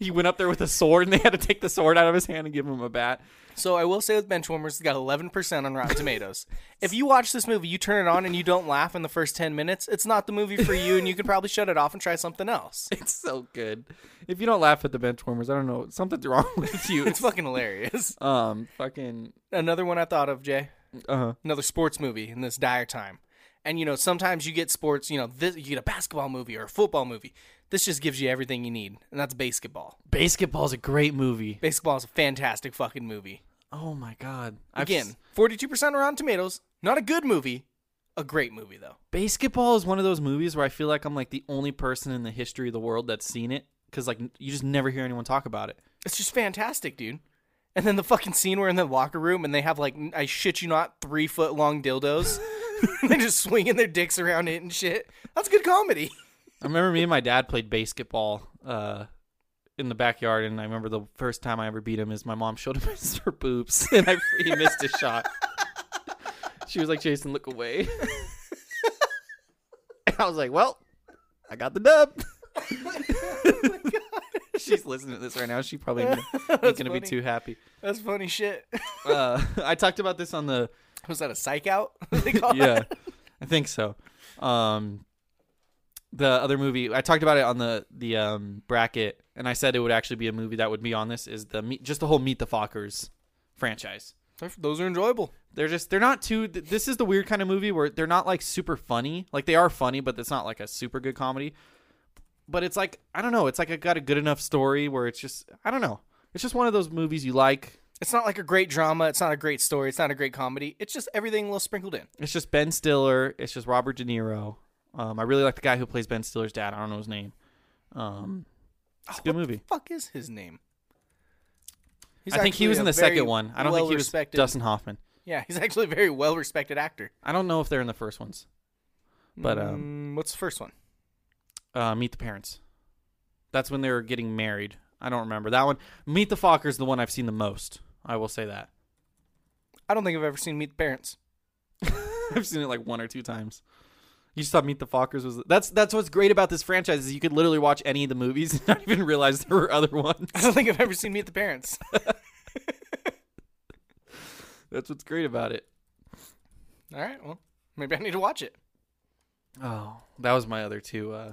[SPEAKER 1] he went up there with a sword and they had to take the sword out of his hand and give him a bat.
[SPEAKER 2] So I will say with Benchwarmers, it's got 11% on Rotten Tomatoes. if you watch this movie, you turn it on and you don't laugh in the first 10 minutes, it's not the movie for you and you could probably shut it off and try something else.
[SPEAKER 1] It's so good. If you don't laugh at the benchwarmers, I don't know, something's wrong with you.
[SPEAKER 2] It's fucking hilarious.
[SPEAKER 1] um fucking
[SPEAKER 2] Another one I thought of, Jay.
[SPEAKER 1] uh
[SPEAKER 2] Another sports movie in this dire time. And you know, sometimes you get sports, you know, this, you get a basketball movie or a football movie. This just gives you everything you need, and that's basketball.
[SPEAKER 1] Basketball's a great movie.
[SPEAKER 2] Basketball is a fantastic fucking movie.
[SPEAKER 1] Oh my god. I've s-
[SPEAKER 2] Again, 42% on Rotten Tomatoes. Not a good movie, a great movie though.
[SPEAKER 1] Basketball is one of those movies where I feel like I'm like the only person in the history of the world that's seen it because like you just never hear anyone talk about it.
[SPEAKER 2] It's just fantastic, dude. And then the fucking scene where in the locker room and they have like n- I shit you not three foot long dildos. They're just swinging their dicks around it and shit. That's good comedy.
[SPEAKER 1] I remember me and my dad played basketball uh, in the backyard, and I remember the first time I ever beat him is my mom showed him his her boobs, and I, he missed a shot. She was like, "Jason, look away," and I was like, "Well, I got the dub." She's listening to this right now. She probably ain't gonna
[SPEAKER 2] funny.
[SPEAKER 1] be too happy.
[SPEAKER 2] That's funny shit.
[SPEAKER 1] Uh, I talked about this on the
[SPEAKER 2] Was that a psych out? They call it?
[SPEAKER 1] yeah, I think so. Um, the other movie I talked about it on the the um, bracket, and I said it would actually be a movie that would be on this. Is the meet, just the whole Meet the Fockers franchise?
[SPEAKER 2] They're- Those are enjoyable.
[SPEAKER 1] They're just they're not too. th- This is the weird kind of movie where they're not like super funny. Like they are funny, but it's not like a super good comedy. but it's like I don't know. It's like I got a good enough story where it's just I don't know. It's just one of those movies you like.
[SPEAKER 2] It's not like a great drama. It's not a great story. It's not a great comedy. It's just everything a little sprinkled in.
[SPEAKER 1] It's just Ben Stiller. It's just Robert De Niro. Um, I really like the guy who plays Ben Stiller's dad. I don't know his name. Um, it's a good movie.
[SPEAKER 2] Oh, fuck is his name? He's
[SPEAKER 1] I think he
[SPEAKER 2] actually
[SPEAKER 1] was in
[SPEAKER 2] a
[SPEAKER 1] the
[SPEAKER 2] very
[SPEAKER 1] second one. I don't think he was
[SPEAKER 2] well-respected-
[SPEAKER 1] Dustin Hoffman.
[SPEAKER 2] Yeah, he's actually a very well respected actor.
[SPEAKER 1] I don't know if they're in the first ones, but um,
[SPEAKER 2] Mm, what's the first one?
[SPEAKER 1] uh, Meet the Parents. That's when they were getting married. I don't remember that one. Meet the Fockers, the one I've seen the most. I will say that
[SPEAKER 2] I don't think I've ever seen Meet the Parents.
[SPEAKER 1] I've seen it like one or two times. You just thought Meet the Fockers was that's that's what's great about this franchise is you could literally watch any of the movies and not even realize there were other ones.
[SPEAKER 2] I don't think I've ever seen Meet the Parents.
[SPEAKER 1] That's what's great about it.
[SPEAKER 2] All right, well, maybe I need to watch it.
[SPEAKER 1] Oh, that was my other two uh,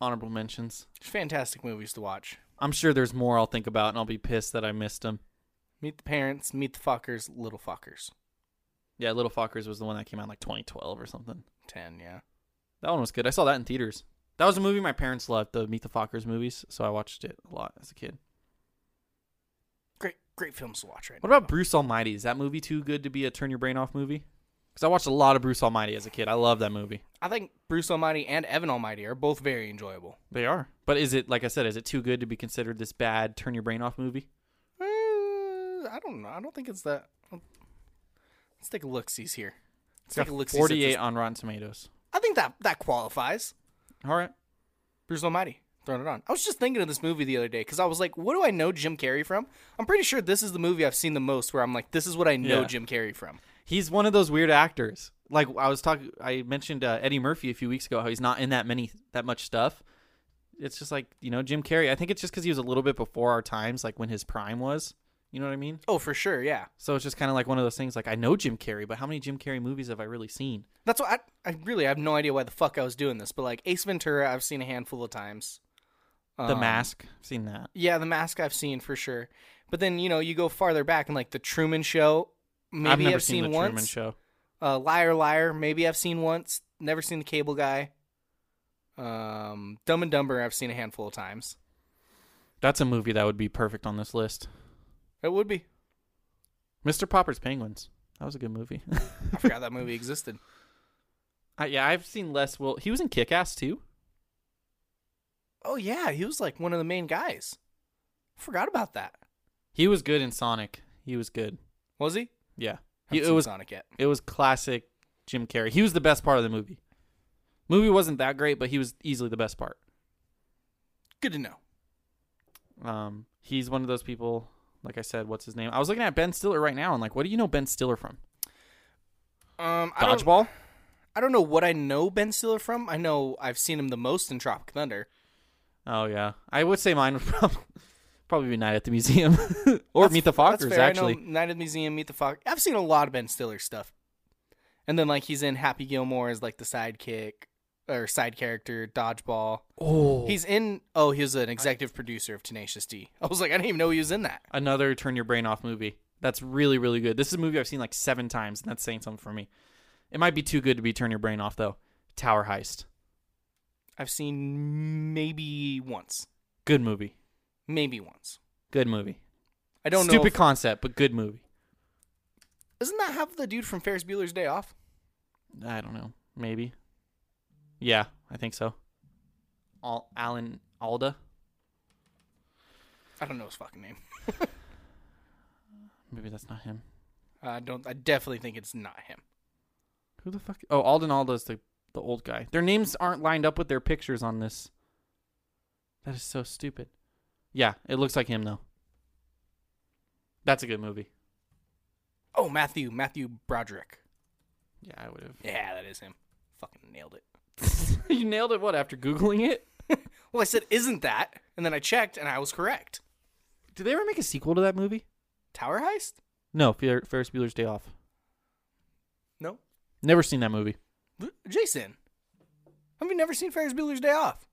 [SPEAKER 1] honorable mentions.
[SPEAKER 2] It's fantastic movies to watch.
[SPEAKER 1] I'm sure there's more I'll think about, and I'll be pissed that I missed them.
[SPEAKER 2] Meet the Parents, Meet the Fuckers, Little Fuckers.
[SPEAKER 1] Yeah, Little Fockers was the one that came out in like 2012 or something.
[SPEAKER 2] 10, yeah.
[SPEAKER 1] That one was good. I saw that in theaters. That was a movie my parents loved, the Meet the Fockers movies, so I watched it a lot as a kid.
[SPEAKER 2] Great, great films to watch right
[SPEAKER 1] What about Bruce Almighty? Is that movie too good to be a turn your brain off movie? Because I watched a lot of Bruce Almighty as a kid. I love that movie.
[SPEAKER 2] now. I think Bruce Almighty and Evan Almighty are both very enjoyable.
[SPEAKER 1] They are. But is it, like I said, is it too good to be considered this bad turn your brain off movie?
[SPEAKER 2] Uh, I don't know. I don't think it's that. Let's take a look. Sees here. Let's take a look.
[SPEAKER 1] 48 on Rotten Tomatoes.
[SPEAKER 2] I think that that qualifies.
[SPEAKER 1] All right.
[SPEAKER 2] Bruce Almighty throwing it on. I was just thinking of this movie the other day because I was like, what do I know Jim Carrey from? I'm pretty sure this is the movie I've seen the most where I'm like, this is what I know
[SPEAKER 1] Yeah.
[SPEAKER 2] Jim Carrey from.
[SPEAKER 1] He's one of those weird actors. Like I was talking, I mentioned uh, Eddie Murphy a few weeks ago. How he's not in that many, that much stuff. It's just like you know Jim Carrey. I think it's just because he was a little bit before our times, like when his prime was. You know what I mean?
[SPEAKER 2] Oh, for sure, yeah.
[SPEAKER 1] So it's just kind of like one of those things. Like I know Jim Carrey, but how many Jim Carrey movies have I really seen?
[SPEAKER 2] That's what I, I really have no idea why the fuck I was doing this, but like Ace Ventura, I've seen a handful of times.
[SPEAKER 1] the
[SPEAKER 2] Um,
[SPEAKER 1] Mask, I've seen that.
[SPEAKER 2] Yeah, The Mask I've seen for sure. But then you know you go farther back and like The Truman Show. Maybe
[SPEAKER 1] I've never
[SPEAKER 2] seen,
[SPEAKER 1] seen, the
[SPEAKER 2] once.
[SPEAKER 1] Truman Show.
[SPEAKER 2] Uh, liar, liar. Maybe I've seen once. Never seen the Cable Guy. Um, Dumb and Dumber. I've seen a handful of times.
[SPEAKER 1] That's a movie that would be perfect on this list.
[SPEAKER 2] It would be.
[SPEAKER 1] Mr. Popper's Penguins. That was a good movie.
[SPEAKER 2] I forgot that movie existed.
[SPEAKER 1] I, yeah, I've seen less. Will. He was in Kick Ass too.
[SPEAKER 2] Oh yeah, he was like one of the main guys. Forgot about that.
[SPEAKER 1] He was good in Sonic. He was good.
[SPEAKER 2] Was he?
[SPEAKER 1] Yeah,
[SPEAKER 2] Haven't
[SPEAKER 1] He- it
[SPEAKER 2] seen
[SPEAKER 1] was
[SPEAKER 2] Sonic yet.
[SPEAKER 1] It was classic Jim Carrey. He was the best part of the movie. Movie wasn't that great, but he was easily the best part.
[SPEAKER 2] Good to know.
[SPEAKER 1] Um, he's one of those people. Like I said, what's his name? I was looking at Ben Stiller right now, and like, what do you know Ben Stiller from?
[SPEAKER 2] Um, I don't,
[SPEAKER 1] Dodgeball.
[SPEAKER 2] I don't know what I know Ben Stiller from. I know I've seen him the most in Tropic Thunder.
[SPEAKER 1] Oh yeah, I would say mine would probably probably be Night at the Museum or Meet the
[SPEAKER 2] That's
[SPEAKER 1] Fockers.
[SPEAKER 2] fair.
[SPEAKER 1] Actually,
[SPEAKER 2] I know Night at the Museum, Meet the Fock. I've seen a lot of Ben Stiller stuff. And then like he's in Happy Gilmore as like the sidekick or side character, Dodgeball.
[SPEAKER 1] Oh.
[SPEAKER 2] He's in oh, he was an executive producer of Tenacious D. I was like, I didn't even know he was in that.
[SPEAKER 1] another turn your brain off movie. That's really really good. This is a movie I've seen like seven times, and that's saying something for me. It might be too good to be turn your brain off though. Tower Heist,
[SPEAKER 2] I've seen maybe once.
[SPEAKER 1] good movie,
[SPEAKER 2] Maybe once.
[SPEAKER 1] good movie.
[SPEAKER 2] I don't
[SPEAKER 1] Stupid
[SPEAKER 2] know. if-
[SPEAKER 1] concept, but good movie.
[SPEAKER 2] doesn't that have the dude from Ferris Bueller's Day Off?
[SPEAKER 1] I don't know. Maybe. Yeah, I think so. Al- Alan Alda.
[SPEAKER 2] I don't know his fucking name.
[SPEAKER 1] Maybe that's not him.
[SPEAKER 2] I don't I definitely think it's not him.
[SPEAKER 1] Who the fuck? Oh, Alden Alda's the the old guy. Their names aren't lined up with their pictures on this. That is so stupid. Yeah, it looks like him though. That's a good movie.
[SPEAKER 2] Oh, Matthew, Matthew Broderick.
[SPEAKER 1] Yeah, I would have.
[SPEAKER 2] Yeah, that is him. Fucking nailed it.
[SPEAKER 1] you nailed it. What after googling it?
[SPEAKER 2] Well, I said, isn't that? And then I checked and I was correct.
[SPEAKER 1] Did they ever make a sequel to that movie?
[SPEAKER 2] Tower heist?
[SPEAKER 1] No, Fer- Ferris Bueller's Day Off.
[SPEAKER 2] No.
[SPEAKER 1] Never seen that movie.
[SPEAKER 2] Th- Jason, have you never seen Ferris Bueller's Day Off?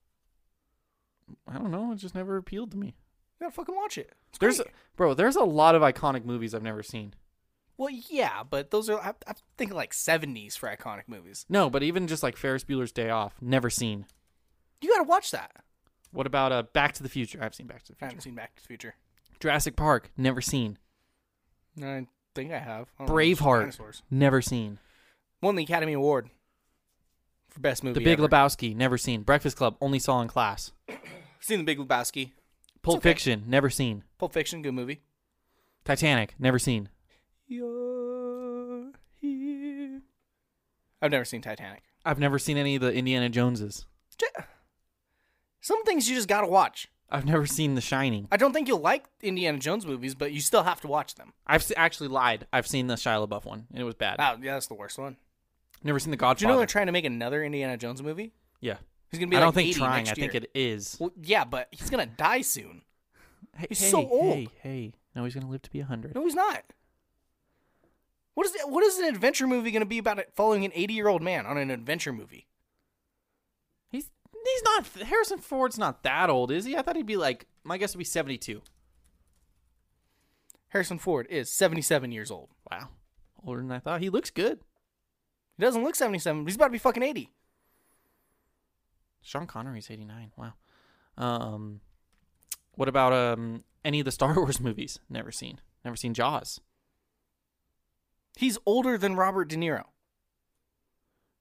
[SPEAKER 1] I don't know. It just never appealed to me.
[SPEAKER 2] You gotta fucking watch it. It's
[SPEAKER 1] There's,
[SPEAKER 2] great.
[SPEAKER 1] bro, there's a lot of iconic movies I've never seen.
[SPEAKER 2] well, yeah, but those are I, I'm thinking like '70s for iconic movies.
[SPEAKER 1] No, but even just like Ferris Bueller's Day Off, never seen.
[SPEAKER 2] You gotta watch that.
[SPEAKER 1] What about uh, Back to the Future? I've seen Back to the
[SPEAKER 2] I
[SPEAKER 1] Future.
[SPEAKER 2] haven't seen Back to the Future.
[SPEAKER 1] Jurassic Park, never seen.
[SPEAKER 2] I think I have. I don't know, it's
[SPEAKER 1] Braveheart,
[SPEAKER 2] Oh, dinosaurs.
[SPEAKER 1] never seen.
[SPEAKER 2] Won the Academy Award for best movie.
[SPEAKER 1] The Big
[SPEAKER 2] ever.
[SPEAKER 1] Lebowski, never seen. Breakfast Club, only saw in class.
[SPEAKER 2] Seen the Big Lebowski.
[SPEAKER 1] Pulp
[SPEAKER 2] okay.
[SPEAKER 1] Fiction, never seen.
[SPEAKER 2] Pulp Fiction, good movie.
[SPEAKER 1] Titanic, never seen.
[SPEAKER 2] I've never seen Titanic.
[SPEAKER 1] I've never seen any of the Indiana Joneses.
[SPEAKER 2] Some things you just gotta watch.
[SPEAKER 1] I've never seen The Shining.
[SPEAKER 2] I don't think you'll like Indiana Jones movies, but you still have to watch them.
[SPEAKER 1] I've s- actually lied. I've seen the Shia LaBeouf one, and it was bad.
[SPEAKER 2] Wow, yeah, that's the worst one.
[SPEAKER 1] Never seen The
[SPEAKER 2] Do you know
[SPEAKER 1] Godfather.
[SPEAKER 2] they're trying to make another Indiana Jones movie?
[SPEAKER 1] yeah,
[SPEAKER 2] He's gonna be
[SPEAKER 1] I don't
[SPEAKER 2] like
[SPEAKER 1] think
[SPEAKER 2] 80
[SPEAKER 1] trying.
[SPEAKER 2] next
[SPEAKER 1] I think
[SPEAKER 2] year.
[SPEAKER 1] it is.
[SPEAKER 2] Well, yeah, but he's gonna die soon.
[SPEAKER 1] Hey,
[SPEAKER 2] he's
[SPEAKER 1] hey,
[SPEAKER 2] so old.
[SPEAKER 1] Hey, hey, no, he's gonna live to be hundred.
[SPEAKER 2] No, he's not. What is what is an adventure movie gonna be about? It following an eighty-year-old man on an adventure movie?
[SPEAKER 1] He's he's not Harrison Ford's not that old, is he? I thought he'd be like my guess would be seventy two.
[SPEAKER 2] Harrison Ford is seventy-seven years old.
[SPEAKER 1] Wow, older than I thought. He looks good.
[SPEAKER 2] He doesn't look seventy-seven. But he's about to be fucking eighty.
[SPEAKER 1] Sean Connery's eighty nine. Wow. Um, what about um any of the Star Wars movies? Never seen. Never seen Jaws.
[SPEAKER 2] He's older than Robert De Niro.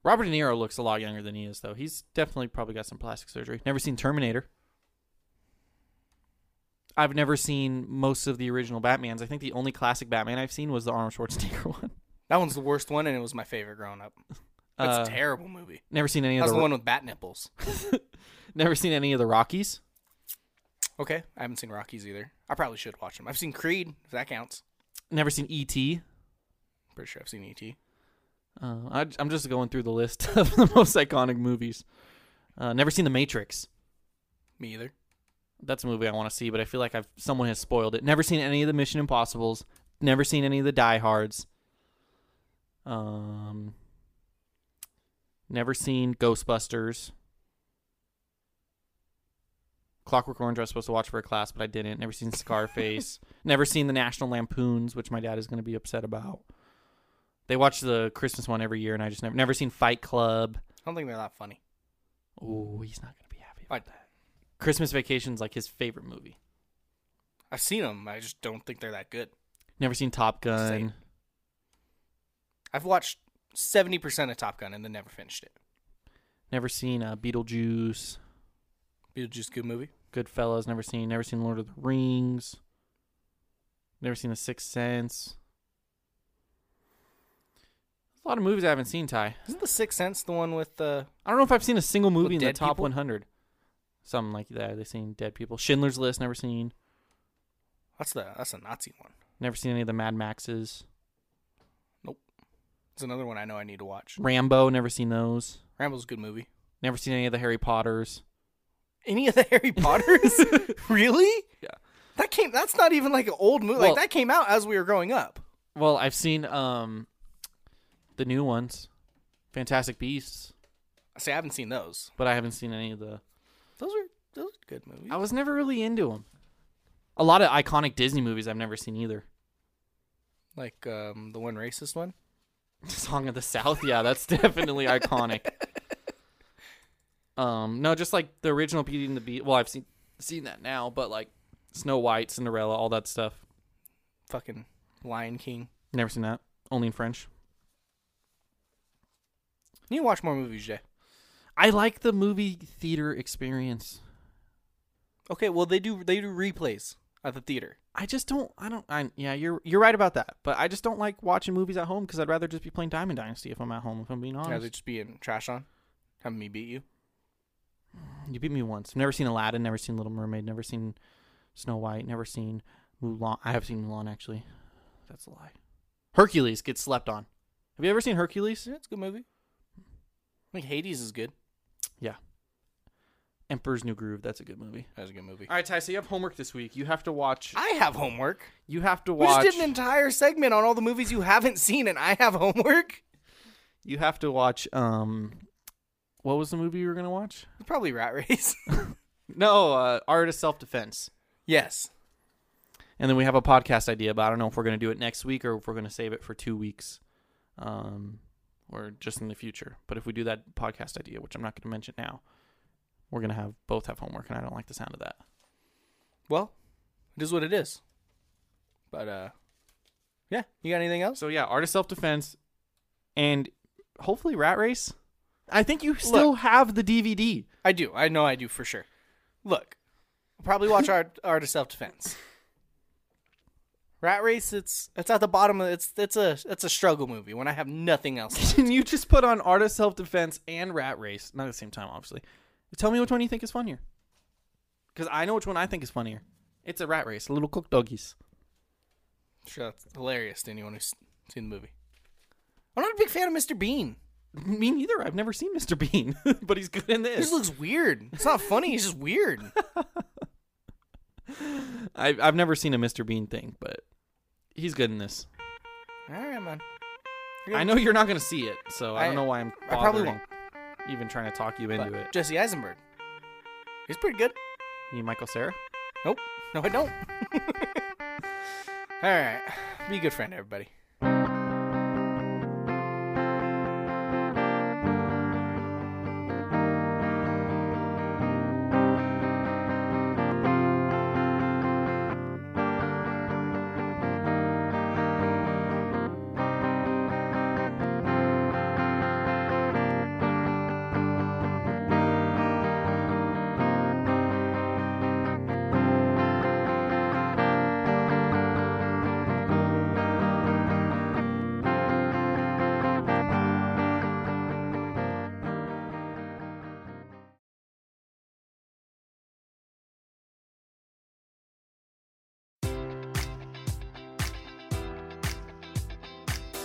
[SPEAKER 1] Robert De Niro looks a lot younger than he is, though. He's definitely probably got some plastic surgery. Never seen Terminator. I've never seen most of the original Batmans. I think the only classic Batman I've seen was the Arnold Schwarzenegger one.
[SPEAKER 2] That one's the worst one, and it was my favorite growing up. That's
[SPEAKER 1] Uh,
[SPEAKER 2] a terrible movie.
[SPEAKER 1] Never seen any
[SPEAKER 2] That's
[SPEAKER 1] of
[SPEAKER 2] the
[SPEAKER 1] the,
[SPEAKER 2] one with bat nipples.
[SPEAKER 1] never seen any of the Rockies.
[SPEAKER 2] Okay, I haven't seen Rockies either. I probably should watch them. I've seen Creed, if that counts.
[SPEAKER 1] Never seen E E.T.
[SPEAKER 2] Pretty sure I've seen E E.T.
[SPEAKER 1] Uh, I, I'm just going through the list of the most iconic movies. Uh, never seen The Matrix.
[SPEAKER 2] Me either.
[SPEAKER 1] That's a movie I want to see, but I feel like I've someone has spoiled it. Never seen any of the Mission Impossibles. Never seen any of the Die Hards. Um, never seen Ghostbusters. Clockwork Orange I was supposed to watch for a class, but I didn't. Never seen Scarface. never seen the National Lampoons, which my dad is going to be upset about. They watch the Christmas one every year, and I just never never seen Fight Club.
[SPEAKER 2] I don't think they're that funny.
[SPEAKER 1] Oh, he's not going to be happy.
[SPEAKER 2] I,
[SPEAKER 1] Christmas Vacation's like his favorite movie.
[SPEAKER 2] I've seen them. I just don't think they're that good.
[SPEAKER 1] Never seen Top Gun.
[SPEAKER 2] Same. I've watched seventy percent of Top Gun and then never finished it.
[SPEAKER 1] Never seen uh, Beetlejuice.
[SPEAKER 2] Beetlejuice, good movie.
[SPEAKER 1] Goodfellas. Never seen. Never seen Lord of the Rings. Never seen The Sixth Sense. There's a lot of movies I haven't seen, Ty.
[SPEAKER 2] Isn't The Sixth Sense the one with uh, the?
[SPEAKER 1] I don't know if I've seen a single movie in the
[SPEAKER 2] dead
[SPEAKER 1] top
[SPEAKER 2] people?
[SPEAKER 1] 100. Something like that. They've seen Dead People. Schindler's List. Never seen.
[SPEAKER 2] That's the that's the Nazi one.
[SPEAKER 1] Never seen any of the Mad Maxes.
[SPEAKER 2] It's another one I know I need to watch.
[SPEAKER 1] Rambo. Never seen those.
[SPEAKER 2] Rambo's a good movie.
[SPEAKER 1] Never seen any of the Harry Potters.
[SPEAKER 2] Any of the Harry Potters? really?
[SPEAKER 1] Yeah.
[SPEAKER 2] That came. That's not even like an old movie.
[SPEAKER 1] Well-
[SPEAKER 2] like that came out as we were growing up.
[SPEAKER 1] Well, I've seen um the new ones, Fantastic Beasts,
[SPEAKER 2] See, I haven't seen those.
[SPEAKER 1] but I haven't seen any of the
[SPEAKER 2] Those are those are good movies.
[SPEAKER 1] I was never really into them. A lot of iconic Disney movies I've never seen either.
[SPEAKER 2] Like um, the one racist one.
[SPEAKER 1] Song of the South, yeah, that's definitely iconic. Um, no, just like the original Beauty and the Beast. Well, I've seen seen that now, but like Snow White, Cinderella, all that stuff.
[SPEAKER 2] Fucking Lion King.
[SPEAKER 1] Never seen that. Only in French.
[SPEAKER 2] You need to watch more movies, Jay.
[SPEAKER 1] I like the movie theater experience.
[SPEAKER 2] Okay, well they do they do replays at the theater.
[SPEAKER 1] I just don't. I don't. I yeah. You're you're right about that. But I just don't like watching movies at home because I'd rather just be playing Diamond Dynasty if I'm at home. If I'm being honest,
[SPEAKER 2] Yeah, they just be in trash on. Have me beat you.
[SPEAKER 1] You beat me once. I've never seen Aladdin. Never seen Little Mermaid. Never seen Snow White. Never seen Mulan. I have seen Mulan actually. That's a lie. Hercules gets slept on. Have you ever seen Hercules?
[SPEAKER 2] Yeah, it's a good movie. I think Hades is good.
[SPEAKER 1] Yeah. Emperor's New Groove. That's a good movie.
[SPEAKER 2] That's a good movie.
[SPEAKER 1] All right, Ty. So you have homework this week. You have to watch.
[SPEAKER 2] I have homework.
[SPEAKER 1] You have to
[SPEAKER 2] We
[SPEAKER 1] watch.
[SPEAKER 2] just did an entire segment on all the movies you haven't seen, and I have homework.
[SPEAKER 1] You have to watch. Um, what was the movie you were gonna watch?
[SPEAKER 2] Probably Rat Race.
[SPEAKER 1] No, uh, Art of Self Defense.
[SPEAKER 2] yes.
[SPEAKER 1] and then we have a podcast idea, but I don't know if we're going to do it next week or if we're going to save it for two weeks, um, or just in the future. But if we do that podcast idea, which I'm not going to mention now, we're gonna have both have homework, and I don't like the sound of that.
[SPEAKER 2] Well, it is what it is. But uh, yeah, you got anything else?
[SPEAKER 1] So yeah, art of self defense, and hopefully Rat Race. I think you still
[SPEAKER 2] Look.
[SPEAKER 1] have the DVD.
[SPEAKER 2] I do. I know I do for sure. Look, I'll probably watch Art, Art of Self Defense. Rat Race. It's it's at the bottom of it's it's a it's a struggle movie when I have nothing else.
[SPEAKER 1] Can you just put on Art of Self Defense and Rat Race? Not at the same time, obviously. Tell me which one you think is funnier. Because I know which one I think is funnier. It's a rat race, little cook doggies.
[SPEAKER 2] Sure, that's hilarious to anyone who's seen the movie. I'm not a big fan of Mr. Bean.
[SPEAKER 1] Me neither. I've never seen Mr. Bean, but he's good in
[SPEAKER 2] He just
[SPEAKER 1] this.
[SPEAKER 2] looks weird. It's not funny. He's just weird.
[SPEAKER 1] I've, I've never seen a Mr. Bean thing, but he's good in this.
[SPEAKER 2] All right, man.
[SPEAKER 1] I know you're not going to see it, so I,
[SPEAKER 2] I-
[SPEAKER 1] don't know why I'm
[SPEAKER 2] I probably
[SPEAKER 1] bothering even trying to talk you into it.
[SPEAKER 2] Jesse Eisenberg. He's pretty good.
[SPEAKER 1] You Michael Sarah?
[SPEAKER 2] Nope. No, I don't. All right. Be a good friend, everybody.